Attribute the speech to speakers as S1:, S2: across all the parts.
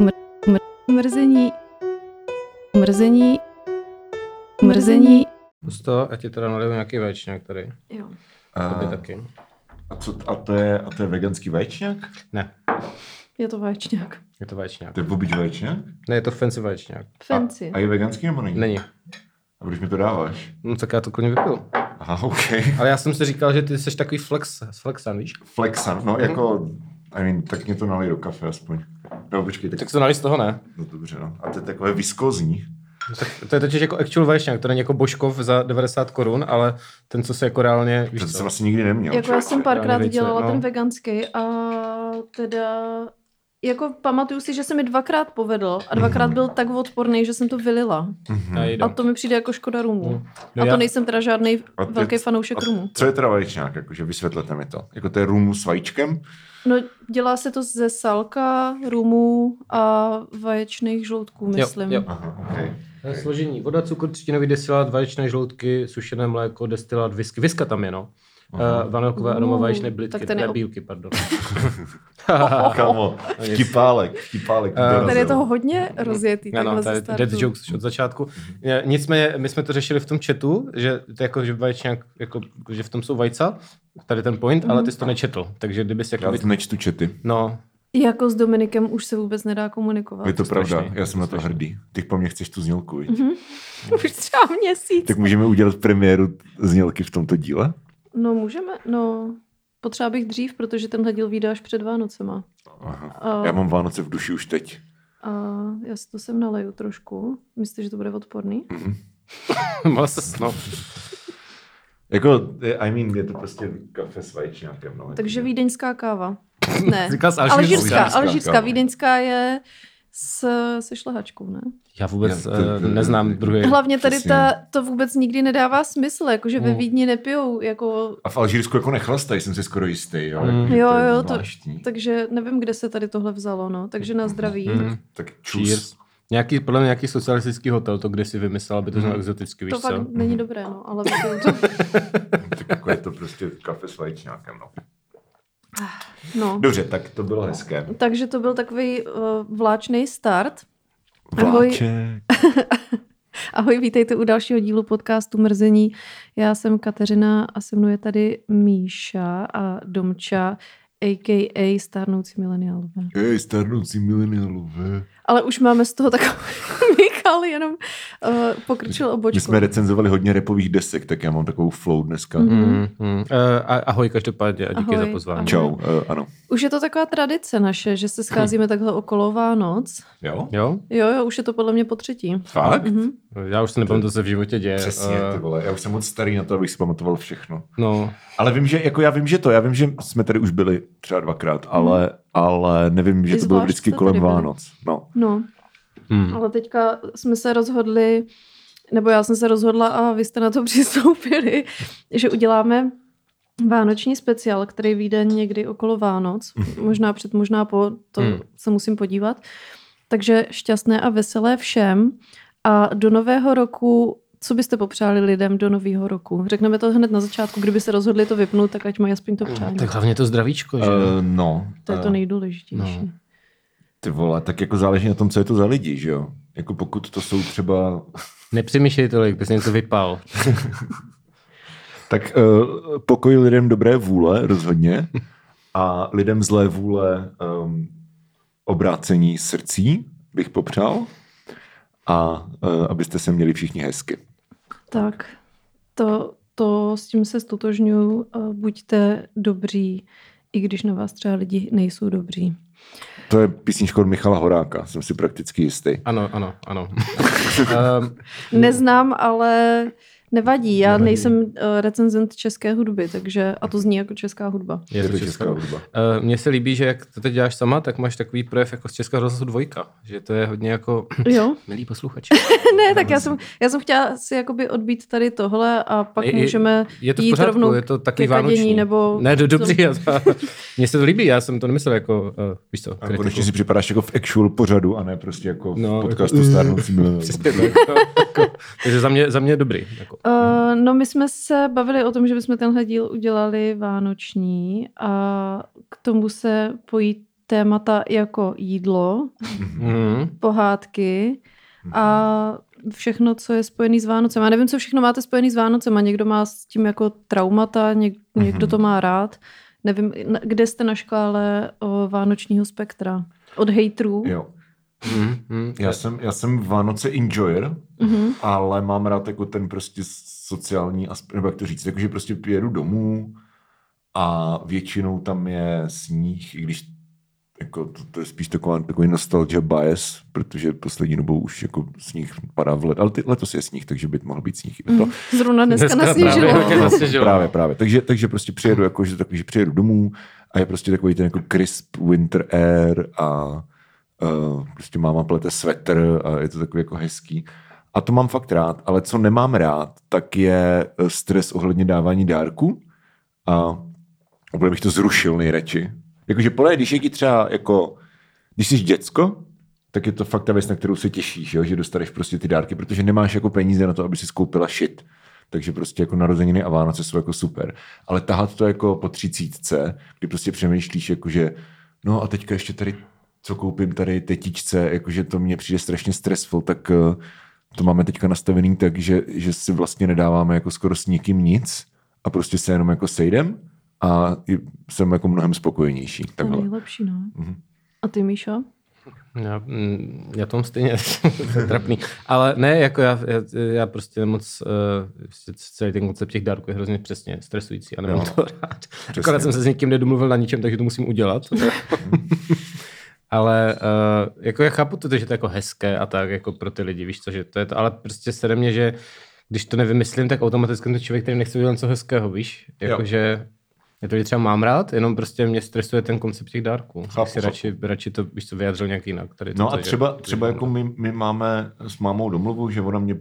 S1: mr, mr, mrzení, mrzení, mrzení,
S2: Pusto, já ti teda naliju nějaký vaječňák tady.
S3: Jo.
S2: To by
S4: A,
S2: taky.
S4: a, co, a, to je, a to je veganský vaječňák?
S2: Ne,
S3: Je to vaječňák.
S2: je to vaječňák.
S4: To je bobič vaječňák?
S2: Ne, je to fancy vaječňák.
S3: Fancy.
S4: A, a je veganský nebo není?
S2: Není.
S4: A proč mi to dáváš?
S2: No tak já to klidně vypiju.
S4: Aha, OK.
S2: Ale já jsem si říkal, že ty jsi takový flex, flexan, víš?
S4: Flexan,
S2: Mhm.
S4: no jako, I mean, tak mě to nalej do kafe aspoň. No počkej, tak,
S2: Tak se nalij z toho, ne?
S4: no, dobře, no. A to je takové viskozní.
S2: No Tak to je totiž jako actual vaječňák, to není jako božkov za 90 korun, ale ten, co se jako reálně,
S4: To
S2: víš
S4: jsem
S2: co?
S4: asi nikdy neměl.
S3: Jako já
S4: člověče.
S3: jsem párkrát
S2: Právě, co-
S3: dělala
S2: no.
S3: ten veganský a teda jako pamatuju si, že se mi dvakrát povedl a dvakrát byl tak odporný, že jsem to vylila.
S4: Mhm.
S2: Já jdu.
S3: A to mi přijde jako škoda rumu.
S2: Hm.
S3: A
S2: já-
S3: to nejsem teda žádný
S4: A ty-
S3: velký fanoušek
S4: a
S3: rumu.
S4: co je teda vaječňák? Jakože vysvětlete mi to. Jako to je rum s vajíčkem?
S3: No, dělá se to ze salka, rumu a vaječných žloutků, myslím.
S2: jo.
S4: Aha, OK.
S2: Eh, Složení. Voda, cukr, třtinový destilát, vaječné žloutky, sušené mléko, destilát, whisky. Viska tam je, no.
S4: Aha.
S2: Uh, vanilkové aroma,
S3: Uh,
S2: vaječné
S3: tak
S2: blitky,
S3: ten je
S2: ne,
S3: ob-
S2: bílky, pardon.
S4: Kámo, vtipálek, vtipálek.
S2: No, Eh,
S3: Tady
S4: dorazil.
S3: je toho hodně rozjetý.
S2: Ano,
S3: takhle
S2: No, tady
S3: ze startu.
S2: dead jokes už od začátku. Eh, Nicméně, my jsme to řešili v tom chatu, že to je jako, že vaječňák, jako, že v tom jsou vajca, tady ten point, ale
S3: Mhm.
S2: ty jsi to nečetl. Takže kdyby jsi jako...
S4: Já nečtu čety.
S2: No,
S3: Jako s Dominikem už se vůbec nedá komunikovat.
S4: Je to
S2: strašný,
S4: pravda,
S2: je
S4: já
S2: to
S4: jsem na to
S2: strašný.
S4: hrdý. Ty po mně chceš tu znělku, viď?
S3: Už třeba měsíc.
S4: Tak můžeme udělat premiéru znělky v tomto díle?
S3: No můžeme, no potřeba bych dřív, protože tenhle díl vyjde až před Vánocema.
S4: Aha.
S3: A,
S4: Já mám Vánoce v duši už teď.
S3: a já si to sem naleju trošku. Myslíte, že to bude odporný?
S4: Hmm.
S2: mal se snop.
S4: Jako, je- I mean, je to prostě kafe s vajíčňákem. No.
S3: Takže vídeňská káva. Ne,
S2: Říkal jsi alžírská.
S3: alžírská,
S4: Alžírská
S3: alžírská,
S4: káva.
S3: vídeňská je s, se šlehačkou, ne?
S2: Já vůbec
S4: Já- to-
S2: eh,
S4: to-
S2: neznám druhý.
S3: Hlavně tady
S4: přesně. Hmm.
S3: ta, to vůbec nikdy nedává smysl, jakože ve
S2: Mm.
S3: Vídni nepijou, jako,
S4: A v Alžírsku jako nechlastají, jsem si skoro jistý. Jo,
S2: Mm.
S4: Jakože
S3: Jo,
S4: je
S3: jo, to-
S4: zvláštní.
S3: takže nevím, kde se tady tohle vzalo, no, takže na zdraví.
S4: Hmm.
S3: Mm.
S2: Mhm.
S4: Mm. Tak
S2: Cheers.
S4: čus.
S2: Nějaký, podle mě nějaký socialistický hotel to kdysi vymyslel, aby to bylo exoticky, víš
S3: To
S2: co?
S3: fakt není dobré, no, ale vypiju to.
S4: tak jako je to prostě kafe s vajíčňákem. No.
S3: No.
S4: Dobře, tak to bylo hezké.
S3: Takže to byl takový uh, vláčný start. Ahoj.
S4: Vláček.
S3: Ahoj, vítejte u dalšího dílu podcastu Mrzení. Já jsem Kateřina a se mnou je tady Míša a Domča, a.k.a. starnoucí mileniálové.
S4: Ej, starnoucí milenialové.
S3: Ale už máme z toho takový... Michal jenom uh, pokrčil
S4: My
S3: obočku.
S4: jsme recenzovali hodně repových desek, tak já mám takovou flow dneska.
S3: Mhm.
S2: Mm, mm. Eh, a- ahoj každopádně a díky
S3: Ahoj,
S2: za pozvání.
S3: ahoj.
S4: Čau, eh, ano.
S3: Už je to taková tradice naše, že se scházíme takhle okolo Vánoc.
S4: Jo?
S2: Jo?
S3: Jo, jo, už je to podle mě po třetí.
S4: Fakt?
S3: Mhm.
S2: Já už se nepamatuju, co se v životě děje.
S4: Přesně,
S2: Eh,
S4: ty vole. Já už jsem moc starý na to, abych si pamatoval všechno.
S2: No,
S4: Ale vím, že, jako já vím, že to, já vím, že jsme tady už byli třeba dvakrát, ale, ale nevím, že
S3: Ty
S4: to bylo
S3: zvlášť
S4: vždycky
S3: jste
S4: kolem
S3: tady byli.
S4: Vánoc. No.
S3: No,
S2: hmm.
S3: Ale teďka jsme se rozhodli, nebo já jsem se rozhodla a vy jste na to přistoupili, že uděláme vánoční speciál, který vyjde někdy okolo Vánoc,
S2: Mhm.
S3: možná před, možná po, to
S2: Mm.
S3: se musím podívat. Takže šťastné a veselé všem a do nového roku co byste popřáli lidem do nového roku? Řekneme to hned na začátku, kdyby se rozhodli to vypnout, tak ať mají aspoň to přání.
S2: tak hlavně to zdravíčko, že?
S4: Uh, no.
S3: To je to
S4: eh,
S3: nejdůležitější.
S2: no.
S4: Ty vole, tak jako záleží na tom, co je to za lidi, že jo? Jako pokud to jsou třeba...
S2: Nepřemýšlej tolik, bys něco vypal.
S4: Tak uh, pokoj lidem dobré vůle, rozhodně. A lidem zlé vůle um, obrácení srdcí bych popřál. A uh, abyste se měli všichni hezky.
S3: Tak, to, to s tím se eh, stotožňuji. Buďte dobří, i když na vás třeba lidi nejsou dobří.
S4: To je písnička od Michala Horáka, jsem si prakticky jistý.
S2: Ano, ano, ano. Ehm,
S3: Neznám, ale nevadí. Já
S2: Nevadí.
S3: nejsem uh, recenzent české hudby, takže a to zní jako česká hudba.
S4: Je to česká hudba.
S2: Eh, Mně se líbí, že jak to teď děláš sama, tak máš takový projev jako z Českého rozhlasu dvojka. Že to je hodně jako...
S3: Jo,
S2: Milí posluchači.
S3: ne, tak já jsem, já jsem chtěla si jakoby odbít tady tohle a pak
S2: Je- je-
S3: můžeme
S2: Je to v
S3: jít
S2: pořádku,
S3: rovnou
S2: je to takový
S3: ke kadění,
S2: vánoční.
S3: nebo-
S2: Ne, do, dobrý, já, mně se to líbí, já jsem to nemyslel jako, uh, víš co,
S4: A
S2: kritiku.
S4: konečně si připadáš jako v actual pořadu a ne prostě jako v
S2: No,
S4: no, podcastu
S2: jako-
S4: jako, stárnoucí mileniálové.
S2: Přesně tak, no, jako, takže za mě, za mě dobrý. Jako.
S3: Uh, no my jsme se bavili o tom, že bychom tenhle díl udělali vánoční a k tomu se pojí témata jako jídlo,
S4: Mhm.
S2: Mm.
S3: pohádky a všechno, co je spojený s Vánocem. Já nevím, co všechno máte spojený s Vánocem a někdo má s tím jako traumata, něk, někdo to má rád. Nevím, na- kde jste na škále o, vánočního spektra? Od hejtrů?
S4: Jo.
S2: Mm. Mm.
S4: Já jsem, já jsem Vánoce enjoyer,
S3: Mhm.
S4: ale mám rád jako ten prostě sociální aspekt, nebo jak to říct, jakože prostě jedu domů a většinou tam je sníh, i když jako to, to je spíš taková, takový nostalgia bias, protože poslední dobou už jako sníh padá v let, ale ty, letos je sníh, takže by mohl být sníh i letos.
S3: Zrovna dneska,
S2: Dneska
S3: dneska
S2: právě
S3: nasněžilo.
S2: hodně
S4: No,
S2: nasněžilo.
S4: Právě, právě. Takže, takže prostě přijedu, jako, že, tak, že přijedu domů a je prostě takový ten jako crisp winter air a uh, prostě máma plete svetr a je to takový jako hezký. A to mám fakt rád, ale co nemám rád, tak je eh, stres ohledně dávání dárku a úplně bych to zrušil nejradši. Jakože podle, když je ti třeba jako, když jsi děcko, tak je to fakt ta věc, na kterou se těšíš, jo? že dostaneš prostě ty dárky, protože nemáš jako peníze na to, aby si skoupila shit. Takže prostě jako narozeniny a Vánoce jsou jako super. Ale tahat to jako po třicítce, kdy prostě přemýšlíš jako, že no a teďka ještě tady co koupím tady tetičce, jakože to mně přijde strašně stressful, tak eh, to máme teďka nastavený tak, že, že si vlastně nedáváme jako skoro s nikým nic a prostě se jenom jako sejdem a i- jsem jako mnohem spokojenější.
S3: To je
S4: Takhle.
S3: nejlepší, no. A ty, Míšo?
S2: Já, mm, já tom stejně jsem trapný. Ale ne, jako já, já, já prostě moc uh, celý ten koncept těch dárků je hrozně přesně stresující a nemám
S4: Jo.
S2: to rád. Akorát jsem se s někým nedomluvil na ničem, takže to musím udělat. ale uh, jako já chápu to, že to je jako hezké a tak jako pro ty lidi, víš co, že to je to, ale prostě se mě, že když to nevymyslím, tak automaticky jsem to člověk, který nechce udělat něco hezkého, víš? Jakože já to lidi třeba mám rád, jenom prostě mě stresuje ten koncept těch dárků. Chápu,
S4: Chápu,
S2: si
S4: chápu.
S2: radši, radši to, víš co, vyjádřil nějak jinak. Tady
S4: No
S2: to,
S4: a
S2: že-
S4: třeba, třeba
S2: že-
S4: jako my, my máme s mámou domluvu, že ona mě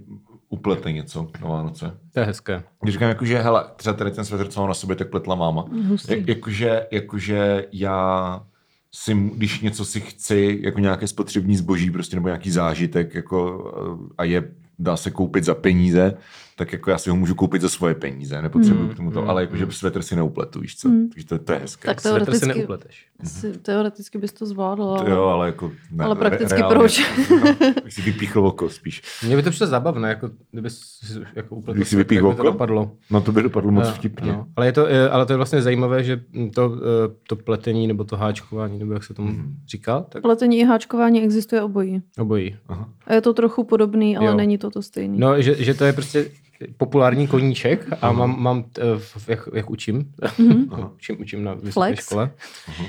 S4: uplete něco na Vánoce.
S2: To je hezké.
S4: Když říkám, jakože, hele, třeba tady ten svetr, co mám na sobě, tak pletla máma.
S3: Mm, Hustý.
S4: Jak, jakože, jakože já si, mu- když něco si chci, jako nějaké spotřební zboží, prostě nebo nějaký zážitek, jako, eh, a je, dá se koupit za peníze, tak jako já si ho můžu koupit za svoje peníze, nepotřebuji
S3: Mm,
S4: k tomu to, ale jakože svetr si neupletu, víš co, takže to, to je hezké.
S3: Tak to-
S2: Svetr si
S3: Teoreticky-
S2: neupleteš.
S3: Asi Teoreticky bys to zvládl,
S4: To
S3: ale...
S4: Jo, ale jako... Ne,
S3: Ale
S4: re-
S3: prakticky
S4: reálně-
S3: proč?
S4: No, bych si vypíchl oko spíš.
S2: Mně by to přišlo zábavné, jako kdyby si jako upletl.
S4: Kdyby si
S2: svetr,
S4: vypíchl
S2: jak by to
S4: oko?
S2: dopadlo.
S4: No to by dopadlo moc
S2: No,
S4: vtipně.
S2: no. Ale, je to, eh, ale to je vlastně zajímavé, že to, eh, to pletení nebo to háčkování, nebo jak se tomu
S4: Mhm.
S2: říká, tak
S3: Pletení i háčkování existuje obojí.
S2: obojí.
S3: A je to trochu podobný, ale
S2: Jo.
S3: jo. není to to stejný.
S2: No, že, že to je prostě populární koníček a mám, mám eh, v- jak, jak učím,
S4: Mhm.
S2: učím, učím na vysoké
S3: Flex.
S2: škole,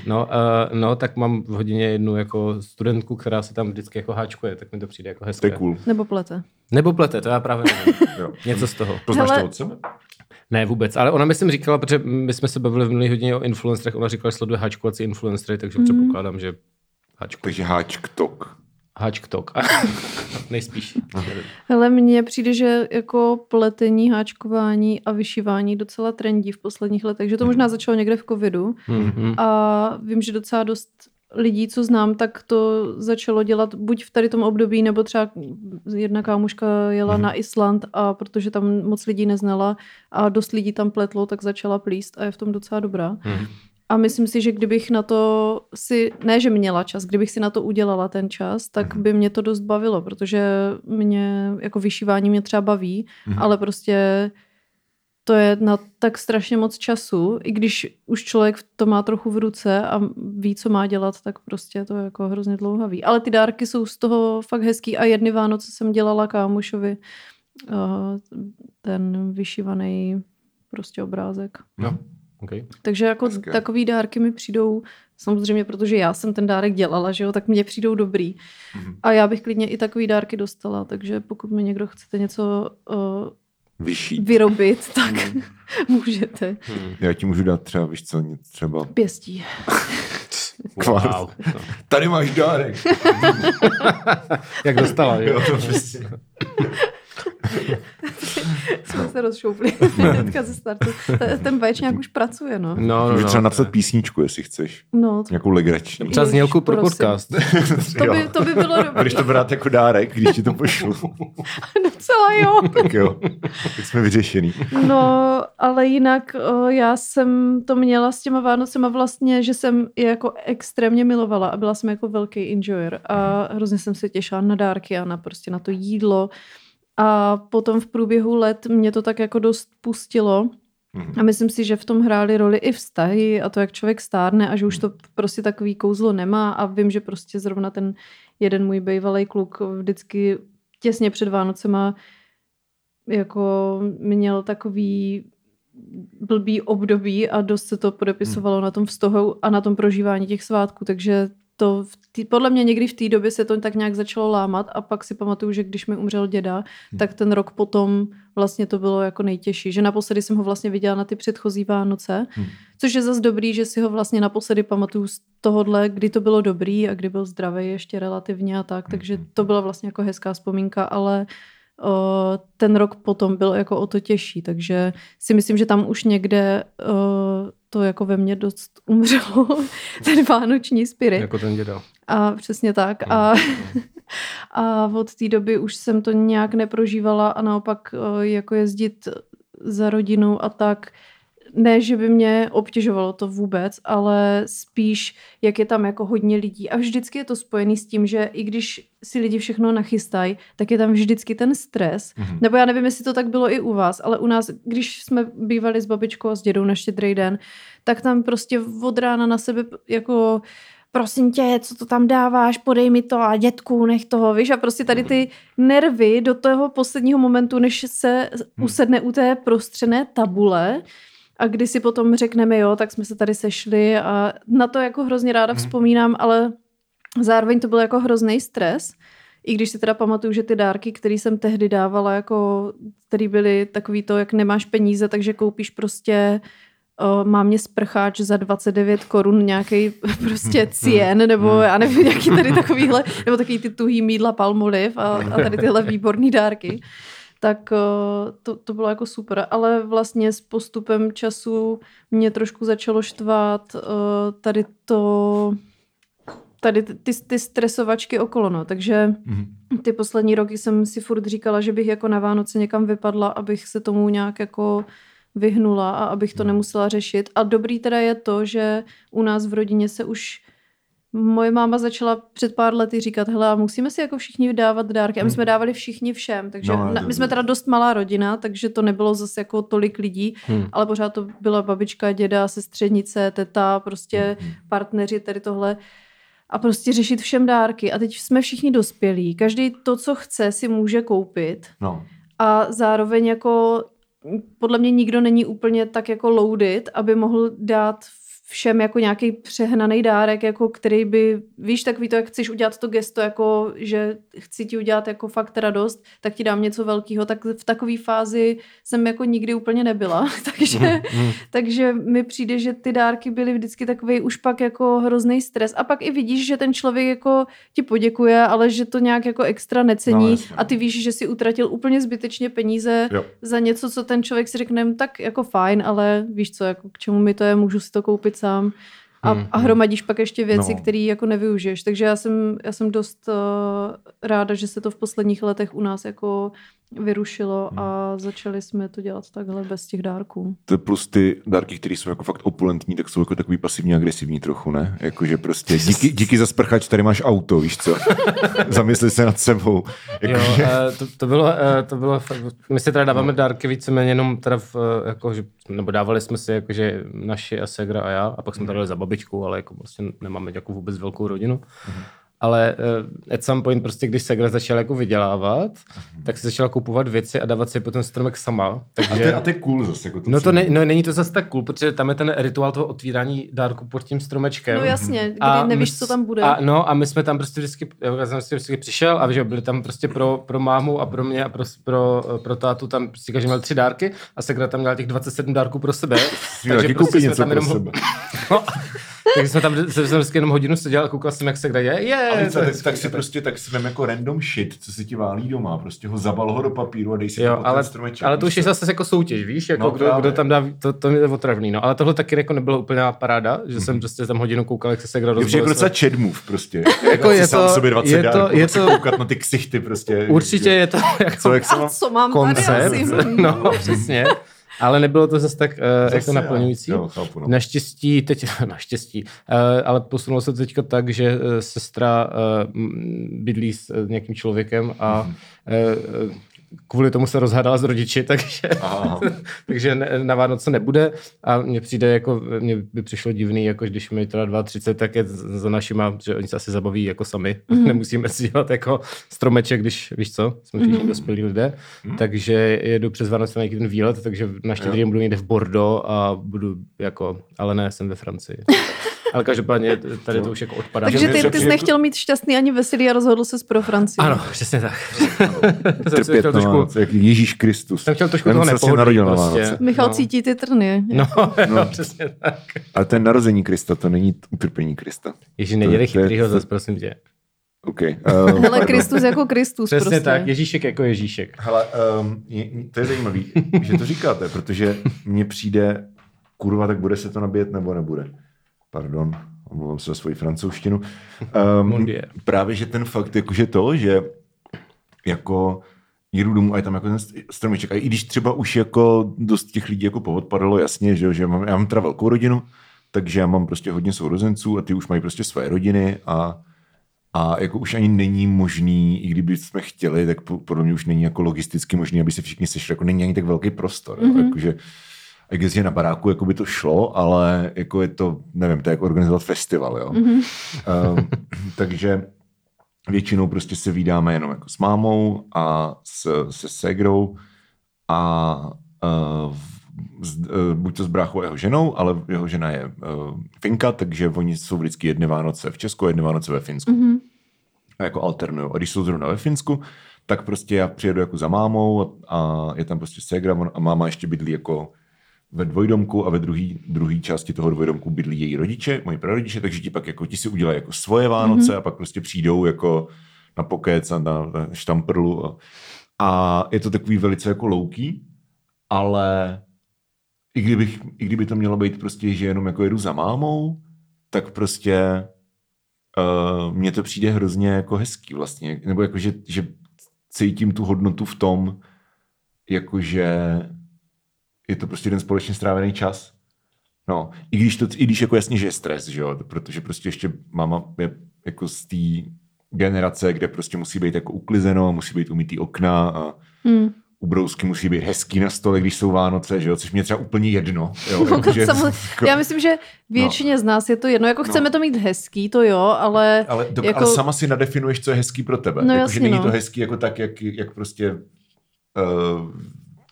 S2: no, eh, no, tak mám v hodině jednu jako studentku, která se tam vždycky jako háčkuje, tak mi to přijde jako
S4: To
S2: hezké.
S4: je cool.
S3: Nebo plete.
S2: Nebo plete, to já právě nevím.
S4: Jo.
S2: Něco z toho.
S4: Poznáš
S3: Hele-
S4: to od sebe?
S2: Ne, vůbec. Ale ona mi jsem říkala, protože my jsme se bavili v minulý hodině o influencerech, ona říkala, že sleduje háčkovací influencery, takže
S4: Mhm.
S2: mm. předpokládám, že háčko,
S4: Takže háčk tok.
S2: háčktok. Nejspíš.
S3: Hele, mně přijde, že jako pletení, háčkování a vyšívání docela trendí v posledních letech, že to možná začalo někde v covidu
S2: Mhm.
S3: a vím, že docela dost lidí, co znám, tak to začalo dělat buď v tady tom období, nebo třeba jedna kámoška jela na Island a protože tam moc lidí neznala a dost lidí tam pletlo, tak začala plíst a je v tom docela dobrá.
S2: Mhm.
S3: A myslím si, že kdybych na to si, ne že měla čas, kdybych si na to udělala ten čas, tak by mě to dost bavilo, protože mě jako vyšívání mě třeba baví,
S4: Mhm.
S3: ale prostě to je na tak strašně moc času, i když už člověk to má trochu v ruce a ví, co má dělat, tak prostě to je jako hrozně dlouhavý. Ale ty dárky jsou z toho fakt hezký a jedny Vánoce jsem dělala kámošovi eh, ten vyšívaný prostě obrázek.
S2: No, okay.
S3: Takže jako
S4: Hezké.
S3: takový dárky mi přijdou, samozřejmě protože já jsem ten dárek dělala, že jo, tak mě přijdou dobrý.
S4: Mhm.
S3: A já bych klidně i takový dárky dostala, takže pokud mi někdo chcete něco uh,
S4: Vyšší.
S3: vyrobit, tak můžete.
S4: Já ti můžu dát třeba, víš co, něco třeba...
S3: Pěstí.
S4: Kvart.
S2: No.
S4: Tady máš dárek.
S2: Jak dostala, že?
S4: jo,
S2: jo?
S4: to přesně.
S3: Jsme se se rozšoupli hnedka ze startu. Te- Ten vaječňák už pracuje, no.
S2: No, no,
S4: Můžeš
S2: no.
S4: třeba napsat písničku, jestli chceš.
S3: No, to,
S4: Nějakou legrační.
S2: Třeba znělku pro
S3: Prosím.
S2: podcast.
S3: to,
S4: Jo.
S3: by, to by bylo dobré.
S4: Budeš to brát jako dárek, když ti to pošlu.
S3: Docela jo.
S4: tak jo, tak jsme vyřešený.
S3: No, ale jinak o, já jsem to měla s těma Vánocema vlastně, že jsem je jako extrémně milovala a byla jsem jako velký enjoyer a hrozně jsem se těšila na dárky a na prostě na to jídlo. A potom v průběhu let mě to tak jako dost pustilo
S4: Mhm.
S3: a myslím si, že v tom hrály roli i vztahy a to, jak člověk stárne a že už to prostě takový kouzlo nemá a vím, že prostě zrovna ten jeden můj bývalý kluk vždycky těsně před Vánocema jako měl takový blbý období a dost se to podepisovalo hmm. na tom vztahu a na tom prožívání těch svátků, takže to v tý, podle mě někdy v té době se to tak nějak začalo lámat a pak si pamatuju, že když mi umřel děda,
S4: Hmm.
S3: tak ten rok potom vlastně to bylo jako nejtěžší, že naposledy jsem ho vlastně viděla na ty předchozí Vánoce,
S4: Hmm.
S3: což je zas dobrý, že si ho vlastně naposledy pamatuju z tohohle, kdy to bylo dobrý a kdy byl zdravý ještě relativně a tak, takže
S4: Hmm.
S3: to byla vlastně jako hezká vzpomínka, ale o, ten rok potom byl jako o to těžší, takže si myslím, že tam už někde o, to jako ve mně dost umřelo, ten vánoční spirit.
S2: jako ten děda.
S3: A přesně tak. A, a od té doby už jsem to nějak neprožívala a naopak eh, jako jezdit za rodinou a tak. Ne, že by mě obtěžovalo to vůbec, ale spíš, jak je tam jako hodně lidí. A vždycky je to spojený s tím, že i když si lidi všechno nachystají, tak je tam vždycky ten stres.
S4: Mhm.
S3: Nebo já nevím, jestli to tak bylo i u vás, ale u nás, když jsme bývali s babičkou a s dědou na štědrý den, tak tam prostě od rána na sebe p- jako prosím tě, co to tam dáváš, podej mi to a dětku, nech toho, víš, a prostě tady ty nervy do toho posledního momentu, než se usedne u té prostřené tabule a kdy si potom řekneme, jo, tak jsme se tady sešli a na to jako hrozně ráda vzpomínám, ale zároveň to byl jako hrozný stres, i když si teda pamatuju, že ty dárky, které jsem tehdy dávala, jako, které byly takový to, jak nemáš peníze, takže koupíš prostě o, mámě sprcháč za 29 korun nějaký prostě cien, nebo já nevím, nějaký tady takovýhle, nebo takový ty tuhý mídla palmoliv a, a tady tyhle výborné dárky. Tak o, to, to bylo jako super, ale vlastně s postupem času mě trošku začalo štvat o, tady to, tady ty- ty, ty stresovačky okolo, no, takže
S4: Mhm.
S3: ty poslední roky jsem si furt říkala, že bych jako na Vánoce někam vypadla, abych se tomu nějak jako vyhnula a abych
S4: No.
S3: to nemusela řešit. A dobrý teda je to, že u nás v rodině se už moje máma začala před pár lety říkat, hele, musíme si jako všichni dávat dárky. A my jsme dávali všichni všem, takže
S4: Hmm. No,
S3: no,
S4: to-
S3: my jsme teda dost malá rodina, takže to nebylo zase jako tolik lidí,
S2: Hmm.
S3: ale pořád to byla babička, děda, sestřenice, teta, prostě
S4: Hmm,
S3: partneři, tady tohle a prostě řešit všem dárky. A teď jsme všichni dospělí. Každý to, co chce, si může koupit.
S4: No,
S3: A zároveň jako podle mě nikdo není úplně tak jako loaded, aby mohl dát všem jako nějaký přehnaný dárek, jako který by, víš, takový to, jak chceš udělat to gesto, jako že chci ti udělat jako fakt radost, tak ti dám něco velkého, tak v takové fázi jsem jako nikdy úplně nebyla, takže,
S4: Hmm,
S3: takže mi přijde, že ty dárky byly vždycky takový už pak jako hrozný stres a pak i vidíš, že ten člověk jako ti poděkuje, ale že to nějak jako extra necení
S4: No,
S3: no,
S4: jasně.
S3: a ty víš, že si utratil úplně zbytečně peníze
S4: jo.
S3: za něco, co ten člověk si řekne, tak jako fajn, ale víš co, jako k čemu mi to je, můžu si to koupit sám. A,
S2: Hmm,
S3: a hromadíš pak ještě věci,
S4: No.
S3: no. které jako nevyužiješ. Takže já jsem, já jsem dost uh, ráda, že se to v posledních letech u nás jako vyrušilo
S4: Hmm.
S3: a
S2: Mm.
S3: začali jsme to dělat takhle bez těch dárků.
S4: To plus ty dárky, které jsou jako fakt opulentní, tak jsou jako takový pasivně agresivní trochu, ne? Jakože prostě díky, díky za sprchač, tady máš auto, víš co? Zamysli se nad sebou.
S2: Jo,
S4: Jako,
S2: eh, to, to, bylo, eh, to bylo, fakt- my si teda
S4: No.
S2: dáváme dárky víceméně jenom teda, v, eh, jako, že, nebo dávali jsme si jakože naši a segra a já, a
S4: Mhm.
S2: pak jsme tady za babičku, ale jako prostě nemáme jako vůbec velkou rodinu.
S4: Mhm.
S2: Ale uh, at some point prostě, když Segra začala jako vydělávat, tak si začala kupovat věci a dávat si je potom stromek sama. Takže...
S4: Mhm. a, to, je- a to je cool zase. Jako to
S2: No to
S4: cením.
S2: ne, no, není to zase tak cool, protože tam je ten rituál toho otvírání dárku pod tím stromečkem.
S3: No jasně, kdy
S2: A my
S3: nevíš,
S2: s-
S3: co tam bude.
S2: A, no a my jsme tam prostě vždycky, já jsem prostě vždycky přišel a že jo, byli tam prostě pro, pro mámu a pro mě a pro, pro, pro tátu tam prostě každý měl tři
S4: prostě
S2: dárky a Segra tam měla těch 27 dárků pro sebe.
S4: Taky koupí něco pro sebe.
S2: No, Takže jsme tam jsem jsem vždycky jenom hodinu seděl a koukal jsem, jak se kde děje.
S4: A
S2: Je,
S4: víc, tak,
S2: hezký,
S4: tak, si prostě, tak si vem jako random shit, co se ti válí doma, prostě ho zabal ho do papíru a dej si to
S2: Jo,
S4: pod
S2: ale,
S4: ten stromeček.
S2: ale to už je
S4: víš co?
S2: zase jako soutěž, víš, jako
S4: No,
S2: no, kdo,
S4: právě.
S2: kdo, tam dá, to, to mi je otravný, no. Ale tohle taky jako nebyla úplná paráda, že jsem prostě tam hodinu koukal, jak se se kdo
S4: Mhm. Je to jako docela
S2: rozbolestil.
S4: chat move prostě. jako
S2: je
S4: sám
S2: to-
S4: sobě 20
S2: je to-
S4: dárků,
S2: je
S4: pak si
S2: to-
S4: koukat na ty ksichty prostě.
S2: Určitě je to
S4: Co,
S2: jako
S4: jak se
S3: A
S4: mám...
S3: co mám tady
S2: koncept,
S3: asi?
S2: no přesně, ale nebylo to zase tak uh,
S4: Zase,
S2: jako naplňující.
S4: Jo, jo, chápu, no.
S2: Naštěstí, teď, naštěstí, eh, ale posunulo se to teďka tak, že eh, sestra eh, m, bydlí s eh, nějakým člověkem
S4: Mhm.
S2: a eh, eh, kvůli tomu se rozhádala s rodiči, takže,
S4: Aha.
S2: takže ne- na Vánoce nebude a mně přijde jako, mně by přišlo divný, jako když mi teda 2.30, tak je z- za našima, že oni se asi zabaví jako sami,
S3: Mhm.
S2: mm. nemusíme si dělat jako stromeček, když, víš co, jsme
S3: Mhm.
S2: všichni dospělí lidé, takže jedu přes Vánoce na nějaký ten výlet, takže na štědrý den budu někde v Bordeaux a budu jako, ale ne, jsem ve Francii. ale každopádně tady to už jako odpadá.
S3: Takže
S4: Že
S3: ty,
S4: něco-
S3: ty jsi nechtěl mít šťastný ani veselý a rozhodl se pro Francii.
S2: Ano, přesně tak. jsem si
S4: Trpět
S2: chtěl
S4: na
S2: trošku,
S4: Vánoce, jak Ježíš Kristus.
S2: jsem chtěl trošku
S4: Ten
S2: toho
S4: se asi
S2: nepohodlí.
S4: narodil na
S2: prostě.
S4: Vánoce.
S3: Michal
S2: no.
S3: cítí ty trny.
S2: No, no, přesně tak.
S4: Ale to je narození Krista, to není t- utrpení Krista.
S2: Ježíš, nedělej
S4: To- to je-
S2: chytrýho zas, prosím tě.
S4: OK. Uh,
S3: Hele, Kristus jako Kristus
S2: Přesně
S3: prostě.
S2: tak, Ježíšek jako Ježíšek.
S4: Hele, um, je, to je zajímavý, že to říkáte, protože mně přijde, kurva, tak bude se to nabíjet nebo nebude. Pardon, omlouvám se za svoji francouzštinu. Um,
S2: Mondie.
S4: právě, že ten fakt, jakože to, že jako jedu domů a je tam jako ten st- stromeček. A i když třeba už jako dost těch lidí jako poodpadalo, jasně, že, jo, že mám, já mám teda velkou rodinu, takže já mám prostě hodně sourozenců a ty už mají prostě své rodiny a a jako už ani není možný, i kdyby jsme chtěli, tak po- podle mě už není jako logisticky možný, aby se všichni sešli. Jako není ani tak velký prostor. Mm-hmm. Jakože, I guess, že na baráku jako by to šlo, ale jako je to, nevím, to je jak organizovat festival, jo. Mm-hmm. Um, takže většinou prostě se vídáme jenom jako s mámou a s, se ségrou a uh, s, uh, buď to s bráchou a jeho ženou, ale jeho žena je uh, Finka, takže oni jsou vždycky jedny Vánoce v Česku, jedny Vánoce ve Finsku. Mm-hmm. A jako alternuju. A když jsou zrovna ve Finsku, tak prostě já přijedu jako za mámou a, a je tam prostě ségra on- a máma ještě bydlí jako ve dvojdomku a ve druhý, druhý části toho dvojdomku bydlí její rodiče, moji prarodiče, takže ti pak jako ti si udělají jako svoje Vánoce mm-hmm. a pak prostě přijdou jako na pokec a na, na štamprlu. A, a je to takový velice jako louký, ale i, kdybych, i kdyby to mělo být prostě, že jenom jako jedu za mámou, tak prostě uh, mně to přijde hrozně jako hezký vlastně, nebo jako, že, že cítím tu hodnotu v tom, jako jakože je to prostě jeden společně strávený čas. No, i když, to, i když jako jasně, že je stres, že jo, protože prostě ještě máma je jako z té generace, kde prostě musí být jako uklizeno, musí být umytý okna a
S3: Hmm.
S4: ubrousky musí být hezký na stole, když jsou Vánoce, že jo, což mě je třeba úplně jedno. Jo,
S3: Pokud
S4: jakože-
S3: Jako
S4: jako-
S3: samozřejmě, já myslím, že
S4: No.
S3: většině z nás je to jedno. Jako chceme to mít hezký, to jo, ale,
S4: Ale, do, jako...
S3: jako,
S4: ale sama si nadefinuješ, co je hezký pro tebe.
S3: No
S4: jako,
S3: jasně,
S4: že není
S3: no.
S4: to hezký jako tak, jak, jak prostě uh,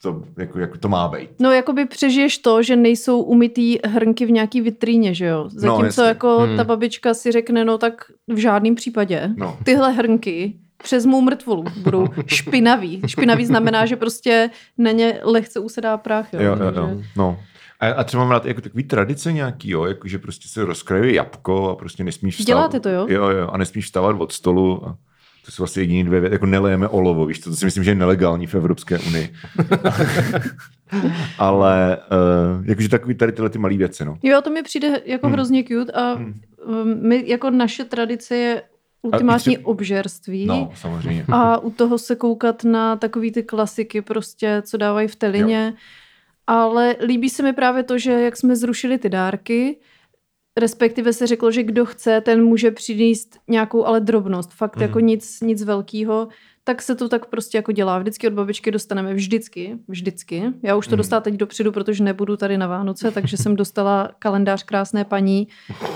S4: to, jako, jako to má být.
S3: No, jakoby přežiješ to, že nejsou umytý hrnky v nějaký vitríně, že jo? Zatímco
S4: No, jasně.
S3: jako
S2: Hmm.
S3: ta babička si řekne, no tak v žádném případě.
S4: No.
S3: Tyhle hrnky přes mou mrtvolu budou špinavý. Špinavý znamená, že prostě na ně lehce usedá prach, jo?
S4: Jo, jo,
S3: Takže-
S4: jo. No. A, a třeba mám rád jako takový tradice nějaký, jo, jako že prostě se rozkrajuje jabko a prostě nesmíš vstávat.
S3: Děláte to, jo?
S4: Jo, jo, a nesmíš vstávat od stolu. A to jsou asi jediné dvě věci. Jako nelejeme olovo, víš, to, to si myslím, že je nelegální v Evropské unii. Ale uh, jakože takový tady tyhle ty malé věci, no.
S3: Jo, to mi přijde jako
S4: Hmm.
S3: hmm. hrozně cute a
S4: Hmm.
S3: hmm. my, jako naše tradice je ultimátní
S4: třeba-
S3: obžerství.
S4: No, samozřejmě.
S3: A u toho se koukat na takový ty klasiky prostě, co dávají v telině. Jo. Ale líbí se mi právě to, že jak jsme zrušili ty dárky, respektive se řeklo, že kdo chce, ten může přinést nějakou ale drobnost, fakt mm. jako nic, nic velkýho, tak se to tak prostě jako dělá. Vždycky od babičky dostaneme, vždycky, vždycky. Já už to
S4: Mhm.
S3: mm. dostala teď dopředu, protože nebudu tady na Vánoce, takže jsem dostala kalendář krásné paní,